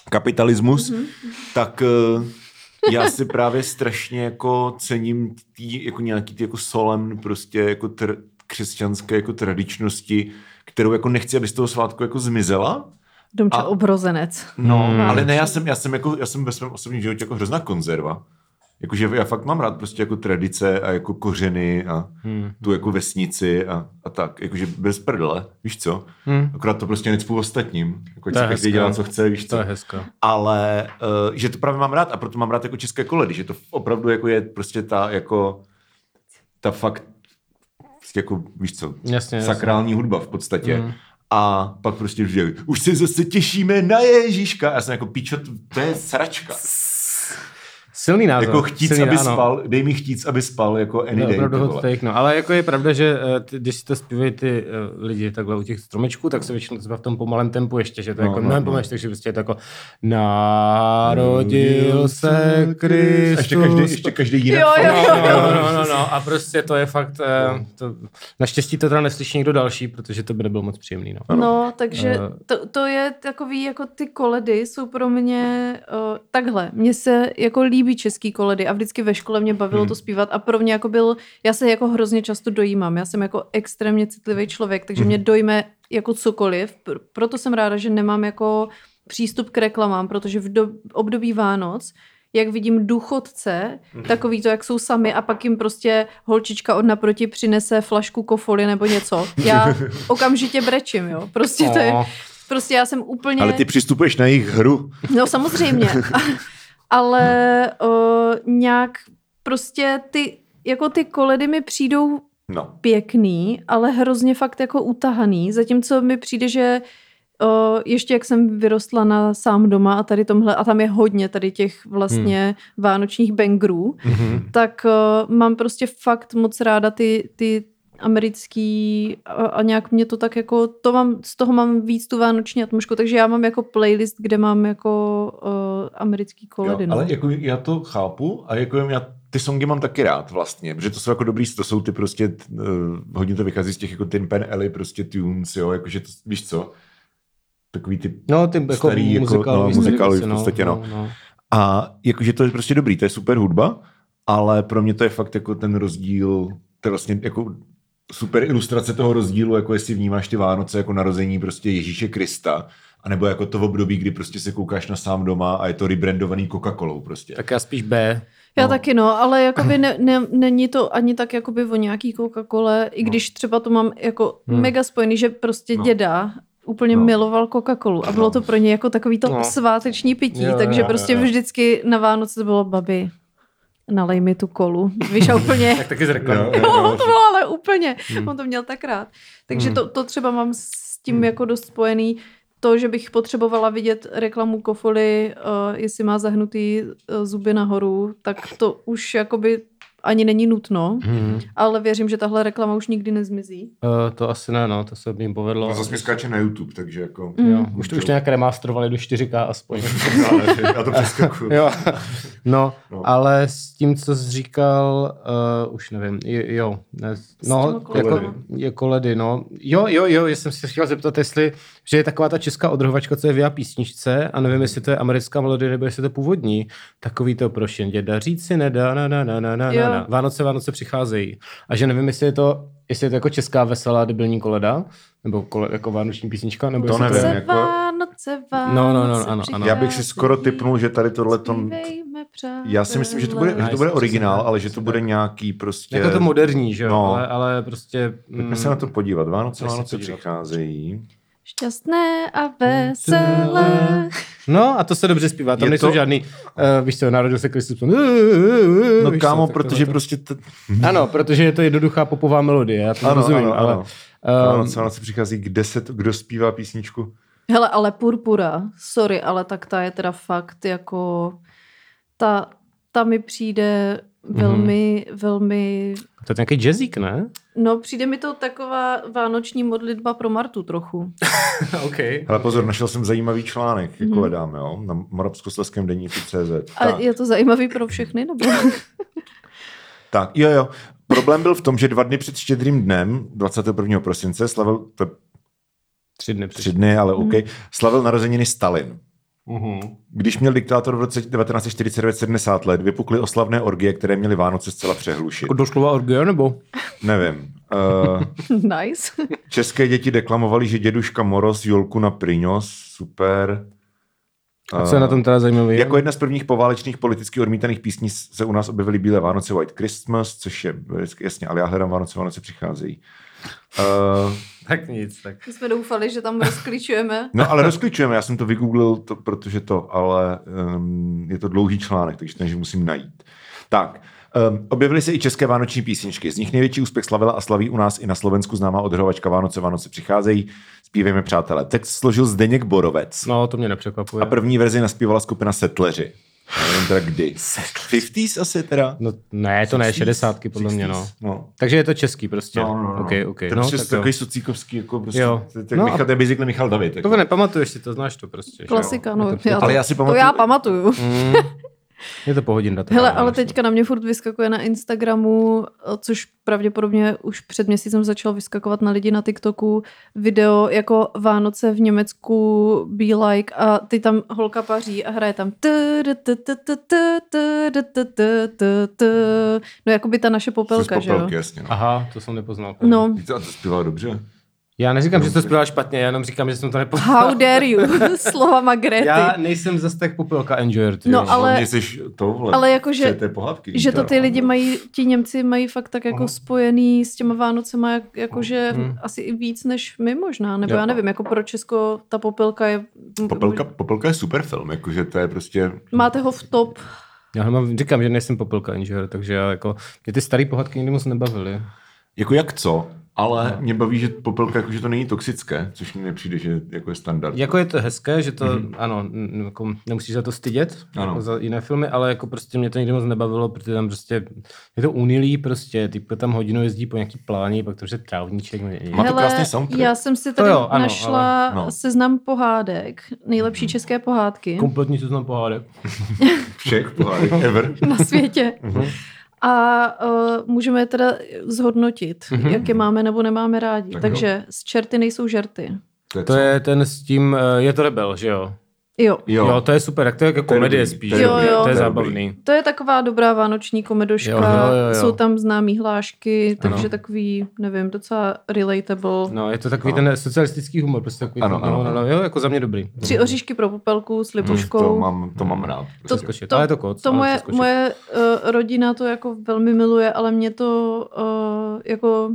S4: kapitalismus, mm-hmm. tak eh, já si právě strašně jako cením tý, jako nějaký ty jako solemn prostě jako tr- křesťanské jako tradičnosti, kterou jako nechci, aby z toho svátku jako zmizela,
S3: Domča,
S4: A-
S3: obrozenec.
S4: No, hmm. ale ne, já jsem, já jsem, jako, já jsem ve svém osobním životě jako hrozná konzerva. Jakože já fakt mám rád prostě jako tradice a jako kořeny a hmm. tu jako vesnici a, a tak. Jakože bez prdele, víš co? Hmm. Akorát to prostě necpu ostatním. Jako
S2: To je
S4: si každý
S2: hezké.
S4: dělá, co chce, víš
S2: to
S4: co?
S2: je hezké.
S4: Ale uh, že to právě mám rád a proto mám rád jako české koledy, že to opravdu jako je prostě ta jako ta fakt prostě jako, víš co,
S2: Jasně, jasně.
S4: sakrální hudba v podstatě. Mm. A pak prostě vždy, už se zase těšíme na Ježíška. Já jsem jako píčo, to je sračka.
S2: Silný názor.
S4: Jako chtíc,
S2: silný,
S4: aby
S2: ano.
S4: spal, dej mi chtíc, aby spal jako
S2: To
S4: any
S2: je
S4: day.
S2: opravdu
S4: ty
S2: hot
S4: vole.
S2: take, no. Ale jako je pravda, že eh, ty, když si to zpívají ty eh, lidi takhle u těch stromečků, tak se většinou třeba v tom pomalém tempu ještě, že to je
S4: No,
S2: jako
S4: no,
S2: mnohem
S4: no.
S2: pomalejší, takže prostě je to jako Narodil se Kristus.
S4: A Ještě každý, ještě každý jinak.
S3: Jo, jo,
S2: No, no, no, no, no, a prostě to je fakt, eh, to, naštěstí to teda neslyší nikdo další, protože to by nebylo moc příjemný, no.
S3: No, takže
S2: Eh.
S3: to, to je takový, jako ty koledy jsou pro mě uh, takhle. Mně se jako líbí český koledy a vždycky ve škole mě bavilo
S2: Hmm.
S3: to zpívat a pro mě jako byl, já se jako hrozně často dojímám, já jsem jako extrémně
S4: Mhm.
S3: citlivý člověk, takže mě dojme jako cokoliv, Pr- proto jsem ráda, že nemám jako přístup k reklamám, protože v do, období Vánoc jak vidím důchodce,
S4: Mhm.
S3: takový to, jak jsou sami a pak jim prostě holčička od naproti přinese flašku kofoly nebo něco. Já okamžitě brečím, jo. Prostě to je,
S2: No,
S3: prostě já jsem úplně...
S4: Ale ty přistupuješ na jejich hru.
S3: No samozřejmě. Ale uh, nějak prostě ty, jako ty koledy mi přijdou
S4: No.
S3: pěkný, ale hrozně fakt jako utahaný, zatímco mi přijde, že uh, ještě jak jsem vyrostla na sám doma a tady tomhle, a tam je hodně tady těch vlastně hmm. vánočních bangrů,
S4: Mhm.
S3: tak uh, mám prostě fakt moc ráda ty, ty americký a, a nějak mě to tak jako, to mám, z toho mám víc tu vánoční atmosféru, takže já mám jako playlist, kde mám jako uh, americký koledy.
S4: Jo,
S3: no.
S4: ale jako já to chápu a jako já ty songy mám taky rád vlastně, protože to jsou jako dobrý, to jsou ty prostě, uh, hodně to vychází z těch jako Tin Pan Alley prostě tunes, jo, jakože to, víš co, takový ty
S2: no ty jako
S4: Starý jako-
S2: muzikály,
S4: no,
S2: víš, ty
S4: muzikály v
S2: věci,
S4: podstatě, no.
S2: no.
S4: A jakože to je prostě dobrý, to je super hudba, ale pro mě to je fakt jako ten rozdíl, to je vlastně jako super ilustrace toho rozdílu, jako jestli vnímáš ty Vánoce jako narození prostě Ježíše Krista, anebo jako to v období, kdy prostě se koukáš na sám doma a je to rebrandovaný Coca-Colou prostě. Tak
S2: Tak já spíš B.
S3: Já
S4: No.
S3: no. taky no, ale jakoby ne, ne, není to ani tak jakoby o nějaký Coca-Cole, i když třeba to mám jako
S2: Hmm.
S3: hmm. mega spojený, že prostě
S4: No.
S3: no. děda úplně
S4: No.
S3: no. miloval Coca-Colu a bylo to pro něj jako takový to
S2: No.
S3: no. sváteční pití,
S2: Jo,
S3: jo, takže
S2: jo,
S3: jo, prostě
S2: jo.
S3: jo. vždycky na Vánoce to bylo babi, nalej mi tu kolu, víš a úplně...
S2: Tak taky z reklamy.
S4: Jo, jo.
S3: Jo, No, to bylo ale úplně.
S2: Hmm.
S3: On to měl tak rád. Takže to, to třeba mám s tím jako dost spojený. To, že bych potřebovala vidět reklamu kofoly, uh, jestli má zahnutý uh, zuby nahoru, tak to už jakoby ani není nutno.
S2: Mhm.
S3: Ale věřím, že tahle reklama už nikdy nezmizí.
S2: Eh, To asi ne, no, to se mi povedlo.
S4: no, zase mi skáče na YouTube, takže jako...
S2: Mm. Jo, už to už nějak remasterovali do 4K aspoň.
S4: Já to přeskakuju.
S2: jo. No,
S4: No.
S2: ale s tím, co jsi říkal, uh, už nevím, jo, jo ne, no,
S3: těma
S2: jako,
S3: koledama.
S2: je koledy, no. Jo, jo, jo, já jsem se chtěl zeptat, jestli, že je taková ta česká odrhovačka, co je v já písničce, a
S4: Hmm.
S2: nevím, jestli to je americká melodie, nebo jestli to je původní, takový to prošen děda, říct si nedá, na, na, na, na, na,
S3: Jo.
S2: na, na. Vánoce, Vánoce přicházejí. A že nevím, jestli je to, jestli je to jako česká veselá debilní koleda, nebo kole, jako vánoční písnička, nebo
S4: To
S2: jestli
S4: nevím,
S2: to
S3: Se
S2: je...
S4: jako-
S3: Vánoce, Vánoce,
S2: No, no, no, ano, ano.
S4: Já bych si skoro typnul, že tady tohle to...
S3: Zpívejme
S4: Já si myslím, že to bude, že to
S2: Nice,
S4: bude
S2: přesně
S4: originál,
S2: tak,
S4: ale že to
S2: přesně
S4: bude
S2: tak.
S4: nějaký prostě...
S2: Jako to moderní, že jo?
S4: No.
S2: No. Ale, ale prostě...
S4: Pojďme se na to podívat. Vánoce,
S2: Pojďme se
S4: Vánoce
S2: podívat.
S4: přicházejí.
S3: Šťastné a veselé.
S2: No a to se dobře zpívá, tam
S4: Je
S2: je nejsou
S4: to-
S2: to... žádný, uh, víš co, narodil se Kristus. No
S4: No kámo, protože prostě... T...
S2: Ano, protože je to jednoduchá popová melodie, já to
S4: Ano,
S2: rozumím,
S4: ano,
S2: ale...
S4: ano.
S2: ehm,
S4: Vánoce, Vánoce přichází, kde se to, kdo zpívá písničku?
S3: Hele, ale purpura, sorry, ale tak ta je teda fakt jako... Ta, ta mi přijde velmi, mm-hmm. velmi...
S2: To je nějaký jazzík, ne?
S3: No, přijde mi to taková vánoční modlitba pro Martu trochu.
S2: OK.
S4: Ale pozor, našel jsem zajímavý článek, jako
S3: Mhm.
S4: hledám, jo, na moravskosleském denníku CZ.
S3: A je to zajímavý pro všechny, nebo?
S4: Tak, jo, jo. Problém byl v tom, že dva dny před štědrým dnem, 21. prosince, slavil, to je
S2: Tři dny
S4: tři
S2: před.
S4: dny, ale OK, slavil narozeniny Stalin.
S2: Uhum.
S4: Když měl diktátor v roce 1949 70 let, vypukly oslavné orgie, které měly Vánoce zcela přehlušit.
S2: Jako doslova orgie, nebo?
S4: Nevím. Uh,
S3: nice.
S4: české děti deklamovali, že děduška Moros Jolku na Prinos, super.
S2: A co je na tom teda zajímavé?
S4: Jako jedna z prvních poválečných politicky odmítaných písní se u nás objevily Bílé Vánoce White Christmas, což je vždycky jasně, ale já hledám Vánoce, Vánoce přicházejí. Uh,
S2: Tak nic, tak.
S3: My jsme doufali, že tam rozklíčujeme.
S4: no ale rozklíčujeme, já jsem to vygooglil, to, protože to, ale um, je to dlouhý článek, takže ten, že musím najít. Tak, um, objevily se i české vánoční písničky. Z nich největší úspěch slavila a slaví u nás i na Slovensku známá odhrovačka Vánoce, Vánoce přicházejí. Zpívejme přátelé. Text složil Zdeněk Borovec.
S2: No, to mě nepřekvapuje.
S4: A první verzi naspívala skupina Settleri. Já nevím teda kdy. 50s asi teda?
S2: No, ne, to ne, šedesátky podle mě, no.
S4: 60s, no.
S2: Takže je to český prostě.
S4: No, no, no.
S2: Okay, okay.
S4: To je
S2: no,
S4: prostě
S2: tak
S4: takový
S2: jo.
S4: sucíkovský, jako prostě,
S2: Jo.
S4: to je tak
S2: No a-
S4: Michal, to je basically Michal David. Jako.
S2: To nepamatuješ si, to znáš to prostě. že jo?
S3: Klasika, no.
S2: Je to-
S3: Já to,
S4: Ale já si
S3: to
S4: pamatuju,
S3: já pamatuju.
S2: Mm. Je to po hodin data. prostě.
S3: Hele, ale teďka na mě furt vyskakuje na Instagramu, eh, což pravděpodobně už před měsícem začal vyskakovat na lidi na TikToku video jako Vánoce v Německu Be Like a ty tam holka paří a hraje tam tu, du, tu, tu, tu, tu, tu, du, tu, tu, tu, tu. no jako by ta naše popelka,
S4: Popelka,
S3: že jo?
S4: jasně. No.
S2: Aha, to jsem nepoznal.
S3: No,
S4: Víte, a to zpívala dobře.
S2: Já neříkám, že to zpíval špatně, já jenom říkám, že jsem to nepoznal.
S3: how dare you, slovama Grety.
S2: Já nejsem zas tak popelka enjoyer, ty
S3: No,
S2: jo.
S3: ale-
S4: Hlavně jsi tohle.
S3: ale jakože-
S4: při té pohádky,
S3: Že to
S4: víte,
S3: ty
S4: no.
S3: lidi mají, ti Němci mají fakt tak jako
S4: Aha. Hmm.
S3: spojený s těma Vánocema, jak, jakože
S2: Mhm.
S3: asi i víc než my možná, nebo
S2: Jo.
S3: já nevím, jako pro Česko ta popelka je...
S4: Popelka, Popelka je super film, jakože to je prostě...
S3: Máte ho v top.
S2: Já mám, říkám, že nejsem popelka enjoyer, takže já jako, mě ty staré pohádky nikdy moc nebavily.
S4: Jako jak co, ale
S2: No.
S4: mě baví, že Popelka, jakože to není toxické, což mi nepřijde, že jako je standard.
S2: Jako je to hezké, že to, mm-hmm. ano, n- jako nemusíš za to stydět,
S4: Ano.
S2: jako za jiné filmy, ale jako prostě mě to nikdy moc nebavilo, protože tam prostě, je to unilý prostě, ty tam hodinu jezdí po nějaký pláni, pak to je trávníček. ne- ne-
S4: Má to krásný soundtrack.
S3: já jsem si tady
S2: To jo, ano,
S3: našla
S4: ale- no. Mhm.
S3: seznam pohádek, nejlepší české pohádky
S2: Kompletní seznam pohádek.
S4: Všech pohádek ever.
S3: na světě.
S4: Mhm.
S3: A uh, můžeme je teda zhodnotit, jak je máme nebo nemáme rádi.
S4: Mhm. Tak jo.
S3: Takže z čerty nejsou žerty.
S2: To je ten s tím, eh, je to rebel, že jo?
S3: Jo.
S2: Jo, jo to je super, tak to je jako
S4: To je
S2: komedie
S4: dobrý,
S2: spíš,
S4: to je
S2: že
S3: dobrý, to je
S2: to je
S4: dobrý.
S2: zábavný.
S3: To je taková dobrá vánoční komedoška,
S2: Jo, jo, jo, jo.
S3: jsou tam známý hlášky,
S2: Ano.
S3: takže takový, nevím, docela relatable. No.
S2: No, je to takový
S4: Ano.
S2: ten socialistický humor, prostě takový,
S4: Ano,
S2: ten-
S4: ano,
S2: no, no,
S4: ano.
S2: no, jo, jako za mě dobrý. No,
S3: Tři oříšky pro popelku s libuškou.
S4: To mám, to mám rád.
S3: To-
S4: prostě.
S2: Skočit, ale je to koc.
S3: To
S2: ale
S3: moje,
S2: přeskočit.
S3: moje uh, rodina to jako velmi miluje, ale mě to uh, jako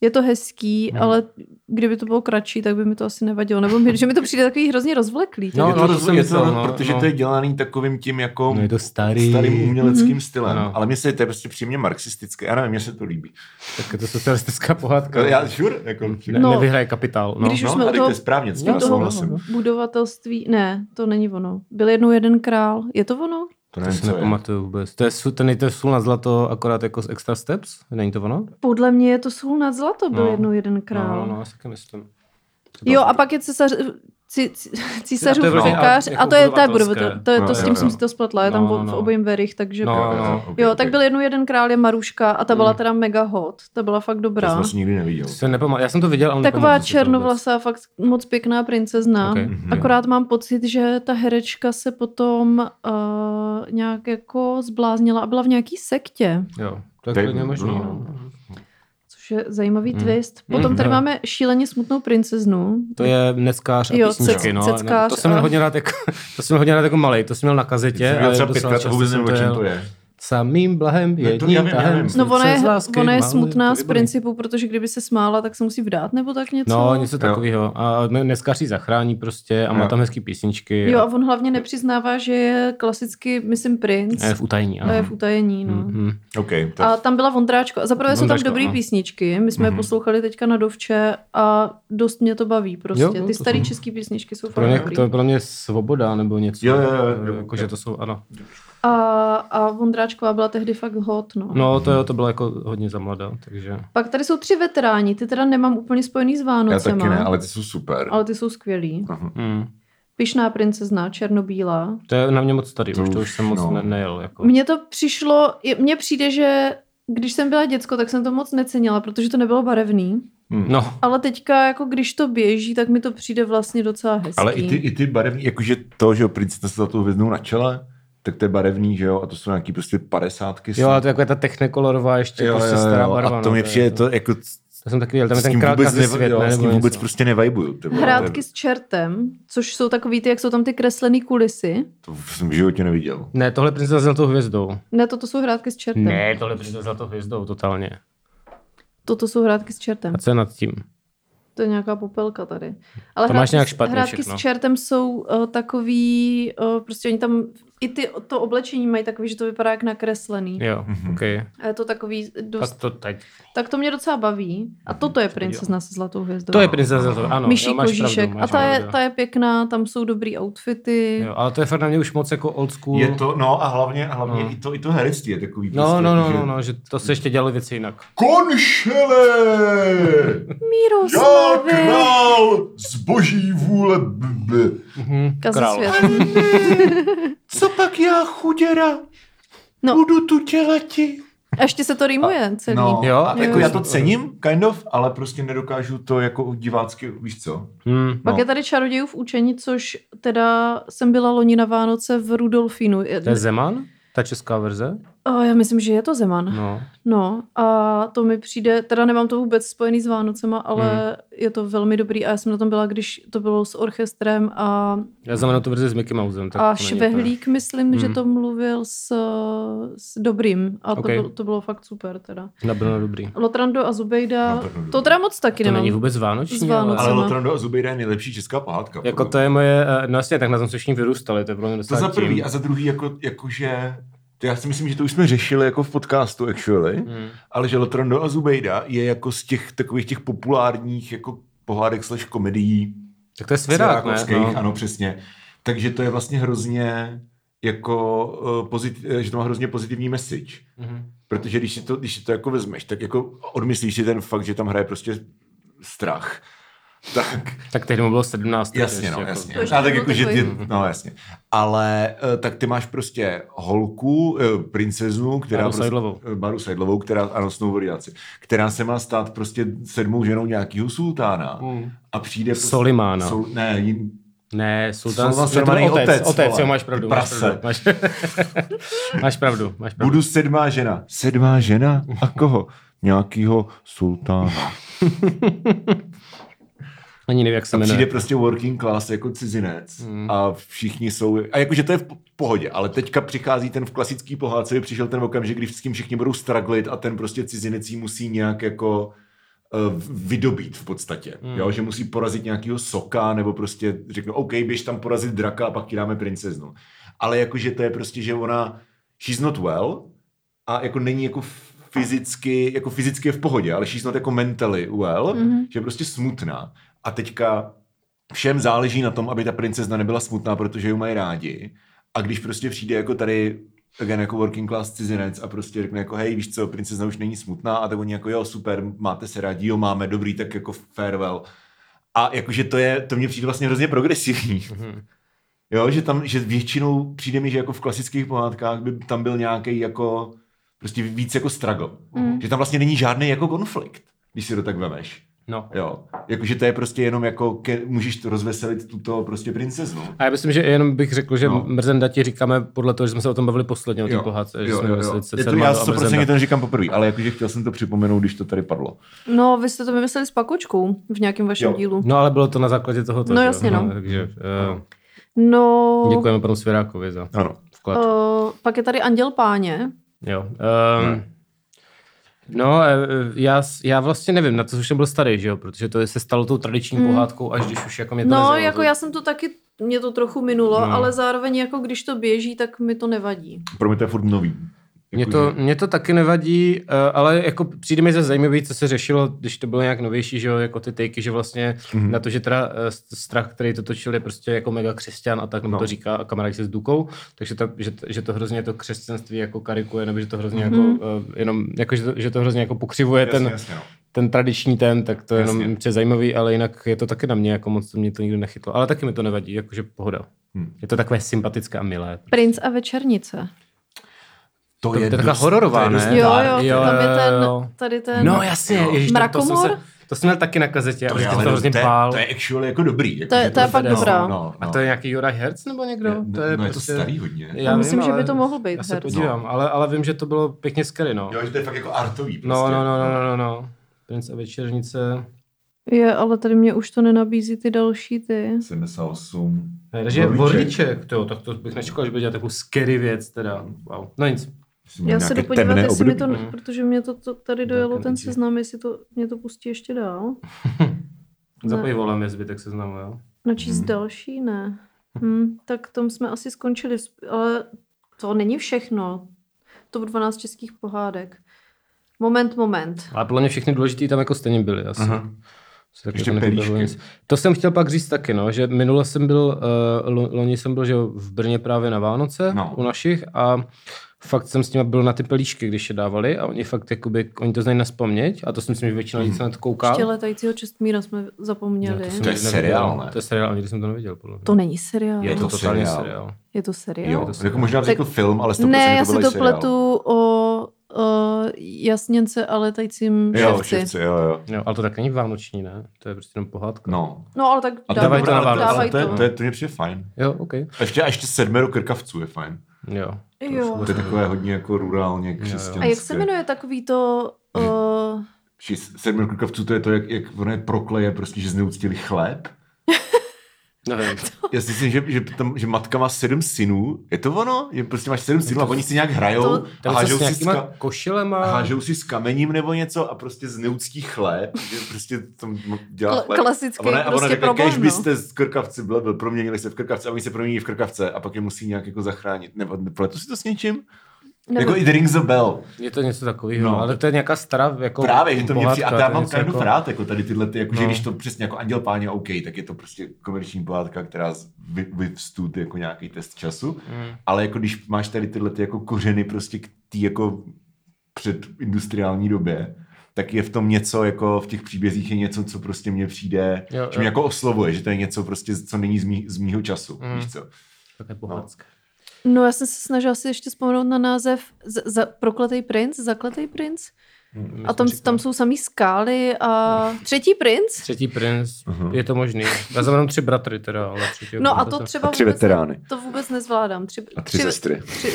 S3: je to hezký, hmm. ale kdyby to bylo kratší, tak by mi to asi nevadilo. Nebo mi, že mi to přijde takový hrozně rozvleklý.
S2: No,
S4: je to,
S2: no, to
S4: roz,
S2: jsem
S4: je
S2: myslel,
S4: to
S2: no,
S4: protože
S2: no.
S4: to je dělaný takovým tím jako
S2: No, je to starý. No.
S4: starým uměleckým
S3: Mhm.
S4: stylem.
S2: Ano.
S4: Ale mně se to je prostě přímě marxistické. Já nevím, mně se to líbí.
S2: Tak je to socialistická pohádka.
S4: Já žur, jako...
S2: Ne,
S3: No.
S2: nevyhraje kapitál. No.
S3: Když už
S4: no,
S3: jsme
S4: a
S3: u
S4: teď
S3: toho-
S4: to je správně, s
S2: u
S4: tím já
S3: toho-
S4: souhlasím.
S3: Budovatelství, ne, to není ono. Byl jednou jeden král, je to ono?
S2: To
S4: To nevím,
S2: si
S4: co je.
S2: nepamatuju vůbec. To je, su- ten to je sůl na zlato, akorát jako z Extra Steps? Není to ono?
S3: Podle mě je to sůl nad zlato, byl
S2: No.
S3: jednou jeden král.
S2: No, no, no, já si taky myslím.
S3: Jo, a pak je císař, cí, cí- císařův
S2: A to je vlastně
S3: vůdkář
S2: jako
S3: a to je, to je, to,
S2: budovatelské.
S3: to, to, je,
S4: No,
S3: to s
S4: jo,
S3: tím jsem
S4: jo.
S3: si to spletla, je tam
S2: No,
S3: no, v
S2: no.
S3: obojím verich, takže...
S2: No,
S4: Jo, jo,
S2: no.
S4: ok,
S3: Jo,
S4: ok.
S3: tak byl jednou jeden král je Maruška a ta byla
S2: Mm.
S3: teda mega hot, ta byla fakt
S4: To
S3: dobrá.
S4: jsem si nikdy neviděl.
S2: To Se nepamatuju. Já jsem to viděl, ale
S3: Taková
S2: nepamatuju si to
S3: černovlasá, fakt moc pěkná princezna.
S2: Ok,
S3: Okay.
S2: mhm.
S3: Akorát mám pocit, že ta herečka se potom uh, nějak jako zbláznila a byla v nějaký sektě,
S2: vůbec. Jo, to je
S4: Teď-
S2: klidně možný.
S4: no.
S2: No.
S3: což což je zajímavý
S2: Mm.
S3: twist.
S2: Mm,
S3: Potom tady
S2: jo.
S3: máme šíleně smutnou princeznu.
S2: To je neckář a
S3: Jo,
S2: písničky,
S3: cec-
S2: no.
S3: ceckář
S2: to jsem měl
S3: a-
S2: hodně rád jako, to jsem měl hodně rád jako malej, to jsem měl na kazetě.
S4: Já
S2: ale
S4: třeba
S2: docela
S4: pětkrát a
S2: často
S4: vůbec
S2: jsem
S4: nevím, o čem
S2: jel
S4: to je.
S2: Samým blahem,
S4: já vím, já
S2: jedním
S4: vím.
S2: tahem.
S3: No ona je,
S2: srdce z lásky,
S3: ona je
S2: malý,
S3: smutná z
S2: výborný.
S3: principu, protože kdyby se smála, tak se musí vdát nebo tak něco.
S2: No, něco
S4: Jo.
S2: takového. A dneska si zachrání prostě a má
S4: Jo.
S2: tam hezký písničky.
S3: Jo, a
S2: a
S3: on hlavně nepřiznává, že je klasicky, myslím, princ.
S2: a je v utajení.
S3: A je
S2: ano.
S3: v utajení, no.
S2: Mhm.
S4: OK, tak
S3: A tam byla Vondráčko. A zaprvé jsou tam
S2: Vondráčko,
S3: dobrý
S2: no.
S3: písničky. My jsme je
S4: Mhm.
S3: poslouchali teďka na Dovče a dost mě to baví prostě.
S2: Jo, no,
S3: Ty
S2: to
S3: starý
S2: jsou-
S3: český písničky jsou
S2: Pro
S3: fakt
S2: mě,
S3: dobrý.
S2: to je pro mě svoboda nebo něco.
S4: Jo, jo, jo, jo,
S2: Jakože
S4: jo.
S2: to jsou, ano.
S3: A, a Vondráčková byla tehdy fakt hot, no.
S4: Mhm.
S2: No, to jo, to bylo jako hodně za mladá, takže...
S3: Pak tady jsou tři veteráni, ty teda nemám úplně spojený s
S4: já
S3: Vánocema.
S4: taky ne, ale ty jsou super. Mhm,
S3: ale ty jsou skvělý.
S4: Aha.
S2: Mm.
S3: Pišná princezna, černobílá.
S2: To je na mě moc starý,
S4: To
S2: už to
S4: už,
S2: už jsem moc
S4: no.
S2: ne- nejel. Jako.
S3: Mně to přišlo, je- mně přijde, že když jsem byla děcko, tak jsem to moc necenila, protože to nebylo barevný.
S4: Hm.
S2: No,
S3: Ale teďka, jako když to běží, tak mi to přijde vlastně docela hezký.
S4: Ale i ty, i ty barevní, jakože to, že jo, princezna se za tou hvězdou na čele, tak to je barevný, že jo, a to jsou nějaký prostě padesátky.
S2: jo, a to je jako ta technikolorová ještě jo, prostě stará barva.
S6: a to
S2: no,
S6: mi
S2: je-
S6: přijde to jako...
S2: To jsem taky viděl, tam je
S6: s tím
S2: ten krát
S6: vůbec,
S2: ze
S6: neva,
S2: svět,
S6: jo,
S2: ne,
S6: s tím
S2: nebo
S6: vůbec
S2: něco.
S6: prostě nevajbuju. ty vole.
S3: Hrátky s čertem, což jsou takový ty, jak jsou tam ty kreslený kulisy.
S4: to jsem v životě neviděl.
S2: Ne, tohle je princezna s zlatou hvězdou.
S3: Ne, toto jsou hrátky s čertem.
S2: Ne, tohle je princezna s zlatou hvězdou, totálně.
S3: Toto jsou hrátky s čertem.
S2: A co je nad tím?
S3: To je nějaká popelka tady. Ale
S2: To máš
S3: hrátky
S2: nějak
S3: s-
S2: špatně
S3: Hrátky
S2: všechno.
S3: s čertem jsou uh, takový, uh, prostě oni tam, i ty, to oblečení mají takový, že to vypadá jak nakreslený.
S2: Jo,
S4: Mhm.
S2: okej.
S3: A je to takový dost,
S2: Tak to teď.
S3: tak to mě docela baví. A toto je princezna se zlatou hvězdou.
S2: To je princezna s zlatou, ano.
S3: Myší
S2: jo, máš pravdu,
S3: kožíšek.
S2: máš
S3: a ta je,
S2: pravdu.
S3: ta je pěkná, tam jsou dobrý outfity.
S2: Jo, ale to je fakt na mě už moc jako old school.
S4: Je to, no a hlavně, hlavně
S2: No.
S4: i to, i to herectví je takový
S2: No,
S4: prostě,
S2: no, no,
S4: jakože-
S2: no, no, že to se ještě dělalo věci jinak.
S4: Konšele!
S3: Míro,
S4: Já
S3: slávy,
S4: král z boží vůle. b- b-
S2: Mhm.
S3: kaze svět.
S4: Co pak já chuděra?
S3: No.
S4: Budu tu dělati.
S3: A ještě se to rýmuje celý.
S4: No,
S2: Jo,
S4: jo, a
S2: jo,
S4: jako
S2: jo.
S4: já to cením, kind of, ale prostě nedokážu to jako divácky, víš co?
S2: Hmm.
S3: Pak
S4: No.
S3: je tady čarodějů v učení, což teda jsem byla loni na Vánoce v Rudolfínu. Je-
S2: To je Zeman? Ta česká verze?
S3: A já myslím, že je to Zeman. No.
S2: No.
S3: no a to mi přijde, teda nemám to vůbec spojený s Vánocema,
S2: Hmm.
S3: ale je to velmi dobrý a já jsem na tom byla, když to bylo s orchestrem a,
S2: Já znamená tu verzi s Mickey Mousem. Tak
S3: a
S2: to není úplně-
S3: Švehlík, myslím, že
S2: Mm.
S3: to mluvil s, s Dobrým a
S2: Ok.
S3: to, bylo, to bylo fakt super teda.
S2: Nebylo dobrý.
S3: Lotrando a Zubejda,
S4: Lotrando dobrý.
S3: to teda moc taky
S2: To
S3: nemám.
S2: není vůbec vánoční.
S3: S Vánoc.
S4: Ale
S3: Sama.
S4: Lotrando a Zubejda je nejlepší česká pohádka.
S2: Jako to je moje, eh, no jasně, tak na tom se všichni vyrůstali, to je pro mě
S4: To
S2: docela
S4: za prvý
S2: tím.
S4: a za druhý, jako, jakože... To já si myslím, že to už jsme řešili jako v podcastu, actually.
S2: Hmm.
S4: ale že Lotrando a Zubejda je jako z těch takových těch populárních jako pohádek slash komedií
S2: Tak to je svěrák, ne?
S4: svěrákovských,
S2: No.
S4: ano přesně. Takže to je vlastně hrozně jako eh, pozit, eh, že to má hrozně pozitivní message.
S2: Mhm.
S4: Protože když si to, když si to jako vezmeš, tak jako odmyslíš si ten fakt, že tam hraje prostě strach. Tak
S2: Tak tehdy mu bylo 17. tak
S4: Jasně,
S2: ještě
S4: no,
S2: jako-
S4: jasně.
S3: To ještě
S4: Ale tak
S3: nebyl
S4: jako, že ty,
S3: takový-
S4: no jasně. Ale eh, tak ty máš prostě holku, eh, princeznu, která...
S2: Baru
S4: prostě-
S2: Seidlovou.
S4: eh, Baru Seidlovou, která, ano, snouvoryjáci, která se má stát prostě sedmou ženou nějakého sultána.
S2: Mm.
S4: A přijde... prostě-
S2: Solimána.
S4: Sol, ne, jin,
S2: Ne, sultán,
S4: Sultan
S2: sultán
S4: Slimaný
S2: otec,
S4: otec,
S2: otec,
S4: vole.
S2: jo, máš pravdu.
S4: Ty
S2: Máš
S4: prase.
S2: pravdu, máš, máš pravdu, máš pravdu.
S4: budu sedmá žena. Sedmá žena? A koho? Nějakýho sultána.
S2: Ani nevím, jak se
S4: A
S2: jmenuje.
S4: přijde prostě working class jako cizinec
S2: Hmm.
S4: a všichni jsou, a jakože to je v po- pohodě, ale teďka přichází ten v klasický pohádce, by přišel ten okamžik, kdy s tím všichni budou straglit a ten prostě cizinec jí musí nějak jako eh, vydobít v podstatě,
S2: Hmm.
S4: jo? že musí porazit nějakého soka nebo prostě řeknu, OK, běž tam porazit draka a pak ti dáme princeznu. Ale jakože to je prostě, že ona, she's not well a jako není jako fyzicky, jako fyzicky je v pohodě, ale she's not jako mentally well,
S3: Mhm.
S4: že je prostě smutná. A teďka všem záleží na tom, aby ta princezna nebyla smutná, protože ji mají rádi. A když prostě přijde jako tady again, jako working class cizinec a prostě řekne jako hej, víš co, princezna už není smutná a tak oni jako jo, super, máte se rádi, jo, máme, dobrý, tak jako farewell. A jakože to je, to mně přijde vlastně hrozně progresivní.
S2: Mhm.
S4: Jo, že tam, že většinou přijde mi, že jako v klasických pohádkách by tam byl nějaký jako prostě víc jako struggle.
S3: Mm.
S4: Že tam vlastně není žádný jako konflikt, když si to tak vemeš.
S2: No.
S4: Jo. Jakože to je prostě jenom jako, ke, můžeš to rozveselit tuto prostě princeznu.
S2: A já myslím, že jenom bych řekl, že
S4: No.
S2: no. Mrzenda ti říkáme podle toho, že jsme se o tom bavili posledně, o
S4: Jo.
S2: tom pohádce, že
S4: Jo,
S2: jsme
S4: jo,
S2: mysleli
S4: jo.
S2: se
S4: Je to,
S2: Cermanu
S4: já
S2: a
S4: to
S2: Mrzenda.
S4: prostě to říkám poprvé, ale jakože chtěl jsem to připomenout, když to tady padlo.
S3: No, vy jste to vymysleli s pakočkou v nějakém vašem
S4: Jo.
S3: dílu.
S2: No ale bylo to na základě tohoto.
S3: No
S2: že jo?
S3: jasně, no.
S2: takže
S3: No,
S2: uh, děkujeme panu Svěrákovi za
S4: Ano.
S2: vklad.
S3: uh, pak je tady Anděl Páně.
S2: Jo. Um, no, eh, já, s- já vlastně nevím, na to už jsem byl starý, že jo, protože to se stalo tou tradiční pohádkou, až když už jako mě to
S3: Mm. No,
S2: nezajímalo.
S3: jako
S2: To-
S3: já jsem to taky, mě to trochu minulo,
S2: No.
S3: ale zároveň jako když to běží, tak mi to nevadí.
S4: Pro mě to je furt nový.
S2: Mě
S4: Jakože-
S2: to, mě to taky nevadí, eh, ale jako přijde mi zase zajímavý, co se řešilo, když to bylo nějak novější, že jo, jako ty tejky, že vlastně
S4: Mhm.
S2: mm-hmm. na to, že teda eh, strach, který to točil, je prostě jako mega křesťan a tak, no. to říká kamarád se s Dukou, takže ta, že, t- že, to hrozně to křesťanství jako karikuje, nebo že to hrozně
S3: Mhm.
S2: mm-hmm. jako, eh, jenom, jako že, to, že to hrozně jako pokřivuje
S4: Jasně,
S2: ten,
S4: jasně, no.
S2: ten tradiční ten, tak to je
S4: Jasně.
S2: jenom je zajímavý, ale jinak je to taky na mě, jako moc to mě to nikdo nechytlo, ale taky mi to nevadí, jakože pohoda.
S4: Hm.
S2: Je to takové sympatické a milé.
S3: Princ a Večernice.
S4: To,
S2: To,
S4: je,
S2: to je taková hororová,
S4: to je
S2: ne?
S4: dost
S3: Jo,
S4: dark.
S3: jo,
S2: jo,
S3: tam je
S2: jo,
S3: ten,
S2: jo.
S3: tady ten...
S2: No jasně, ježiš, to, to, jsem
S3: Mrakomor?
S2: se, to jsem měl taky na kazetě a
S4: To je,
S2: vždycky jsem
S4: ale
S2: to
S4: to,
S2: hrozně
S4: je,
S2: pál.
S4: to je actually jako dobrý. Jako,
S3: To je-
S4: že
S3: to je fakt
S4: no,
S3: dobrá.
S4: No, no.
S2: A to je nějaký Juraj Herc nebo někdo?
S4: to je, no, je to starý hodně.
S2: prostě- Já
S3: myslím, že
S2: ale
S3: by to mohl být
S2: Já se
S3: Herc.
S2: podívám, ale, ale vím, že to bylo pěkně skvělé, no.
S4: Jo, že to je fakt jako artový. Prostě.
S2: No, no, no, no, no, no, no. Prince a večernice.
S3: Je, ale tady mě už to nenabízí ty další ty.
S4: 78.
S2: Takže je
S4: Vorlíček.
S2: Vorlíček, to jo, tak to bych nečekal, že by dělal takovou scary věc, teda. Wow. No nic.
S4: Myslím,
S3: Já
S4: nějaké
S3: se jdu podívat,
S7: temné
S3: jestli mi to,
S2: období. Mhm.
S3: protože mě to, to tady dojelo
S2: Tak
S3: ten
S2: nejdřív.
S3: seznam, jestli to, mě to pustí ještě dál. Ne.
S2: Zapoj volem je zbytek seznamu, jo.
S3: Načíst další? Ne. Hm, tak tom jsme asi skončili, sp- ale to není všechno. Top 12 českých pohádek. Moment, moment.
S2: Ale podle mě všechny důležitý tam jako stejně byly asi.
S4: Aha.
S2: Se tak
S4: Ještě
S2: jako nevybralo
S4: pelíšky.
S2: nic. To jsem chtěl pak říct taky, no, že minule jsem byl, uh, lo, loni jsem byl že jo, v Brně právě na Vánoce
S4: No.
S2: no. u našich a fakt jsem s nimi byl na ty pelíšky, když je dávali a oni fakt, jakoby, oni to znají naspaměť a to si myslím, že většina lidí se na to kouká.
S3: Ještě letajícího Čestmíra jsme
S2: No,
S3: zapomněli.
S2: jsem
S4: To je
S2: nikdy neviděl.
S4: seriál, ne?
S2: To je seriál, nikdy jsem to neviděl, podle mě.
S3: To není seriál.
S4: Je
S2: je to
S4: to
S2: totálně
S4: seriál.
S2: seriál.
S3: Je to seriál?
S4: Jo,
S2: to
S4: to
S2: si-
S4: jako možná
S3: Tak-
S4: řekl film, ale 100%
S3: ne, já si
S4: to byl
S3: to
S4: seriál.
S3: pletu o, o jasněnce a letajícím
S4: Jo,
S3: ševci.
S4: ševci, jo, jo.
S2: Jo, ale to tak není vánoční, ne? To je prostě jenom pohádka.
S4: No.
S3: No, ale tak
S4: A to,
S2: Dávaj
S4: je-
S2: to na
S4: ale
S2: Vánoce.
S3: dávaj
S4: ale to, je-
S3: to.
S4: to, je- to mě přijde fajn.
S2: Jo, OK.
S4: A ještě, a ještě sedmero krkavců je fajn.
S2: Jo.
S3: Jo.
S4: To je takové hodně jako rurálně křesťanské.
S3: A jak se jmenuje takový to... Uh,
S4: Či sedmero krkavců to je to, jak, jak ono je prokleje, prostě, že zneuctili chléb.
S2: Nevím.
S4: Já si myslím, že, že, tam, že matka má sedm synů. Je to ono? Že prostě máš sedm synů a oni si nějak hrajou
S3: To-
S4: a
S2: Tam se
S4: hážou
S2: s
S4: si, s
S2: nějakýma
S4: ka-
S2: košilema.
S4: a hážou si s kamením nebo něco a prostě zneuctí chléb. Že prostě tam dělá
S3: Kla-
S4: chléb.
S3: klasický
S4: a ona, a ona
S3: prostě
S4: řekne,
S3: problém,
S4: kež byste
S3: no.
S4: z krkavci byl, proměnili se v krkavce a oni se promění v krkavce a pak je musí nějak jako zachránit. Nebo pletu si to s něčím?
S3: Nebo-
S4: Jako i The Rings the Bell.
S2: Je to něco takového,
S4: No.
S2: no. ale to je nějaká stará jako
S4: Právě, že to mě přijde, a
S2: pohádka,
S4: já
S2: to
S4: mám
S2: něco
S4: kind of rád, jako tady tyhle, ty, jako, že
S2: No.
S4: když to přesně jako Anděl Páně, OK, tak je to prostě komerční pohádka, která z- vy, vyvstůd jako nějaký test času,
S2: Mm.
S4: ale jako když máš tady tyhle ty jako kořeny prostě k té jako předindustriální době, tak je v tom něco, jako v těch příbězích je něco, co prostě mně přijde,
S2: Jo,
S4: že mě
S2: jo.
S4: jako oslovuje, že to je něco prostě, co není z, mý, z mýho času,
S2: Mm.
S4: víš co.
S2: Také pohádka.
S3: No, já jsem se snažila si ještě vzpomenout na název z- za, Prokletej princ, Zakletej princ. A tam, tam jsou samý skály a třetí princ.
S2: Třetí princ,
S4: Mhm.
S2: je to možný. Já jsem jenom tři bratry teda, ale třetí.
S3: No a to třeba
S7: A tři
S3: vůbec,
S7: veterány.
S3: to vůbec nezvládám. Tři,
S7: A tři sestry.
S3: Tři,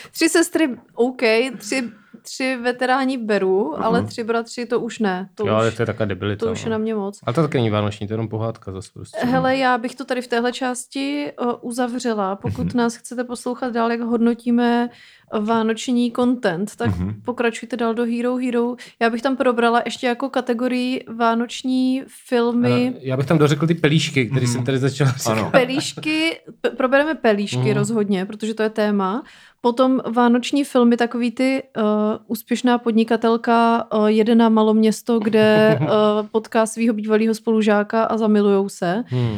S3: tři sestry, OK, tři, tři veteráni beru, ale tři bratři to už ne. To,
S2: Jo, ale
S3: už,
S2: to je taková debilita. no.
S3: to už je na mě moc.
S2: Ale to taky není vánoční, to je jenom pohádka zase prostě.
S3: Hele, já bych to tady v téhle části uh, uzavřela. Pokud nás chcete poslouchat dál, jak hodnotíme eh, vánoční content, tak
S4: Mhm.
S3: pokračujte dál do Hero Hero. Já bych tam probrala ještě jako kategorii vánoční filmy.
S2: Ale Já bych tam dořekl ty pelíšky, které jsem tady začal
S4: Mhm. Ano.
S3: Pelíšky, p- probereme pelíšky
S2: Mhm.
S3: rozhodně, protože to je téma. Potom vánoční filmy, takový ty uh, úspěšná podnikatelka uh, jede na maloměsto, kde uh, potká svého bývalého spolužáka a zamilujou se.
S2: Hmm.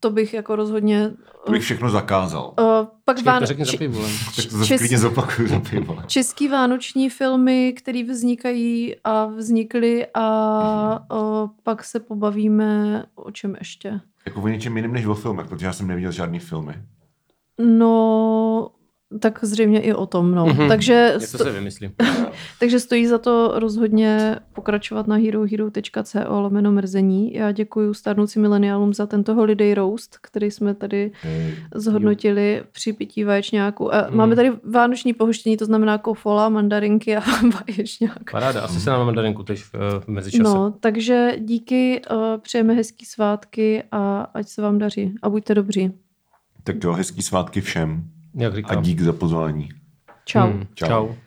S3: To bych jako rozhodně...
S4: To bych všechno zakázal.
S3: Uh, pak
S2: Čekej,
S3: ván...
S2: to řekni za
S3: či-
S2: pivo.
S4: Tak to zase
S3: čes-
S4: klidně zopakuju za ty vole.
S3: Český vánoční filmy, které vznikají a vznikly a uh, pak se pobavíme o čem ještě.
S4: Jako o něčem jiném než o filmech, protože já jsem neviděl žádný filmy.
S3: No, tak zřejmě i o tom. No.
S2: Mhm.
S3: Mm-hmm. Takže,
S2: Něco
S3: sto,
S2: se vymyslím.
S3: takže stojí za to rozhodně pokračovat na herohero.co lomeno mrzení. Já děkuji starnoucím mileniálům za tento holiday roast, který jsme tady zhodnotili při pití vaječňáku. A
S2: Mm.
S3: Máme tady vánoční pohoštění, to znamená kofola, mandarinky a vaječňák.
S2: Paráda, asi se nám mandarinku teď v, eh, v mezičase.
S3: No, takže díky, eh, přejeme hezký svátky a ať se vám daří. A buďte dobří.
S4: Tak jo, hezký svátky všem
S2: Jak
S4: a
S2: říkám.
S4: dík za pozvání.
S3: Čau.
S2: Hmm,
S4: Čau.
S2: Čau.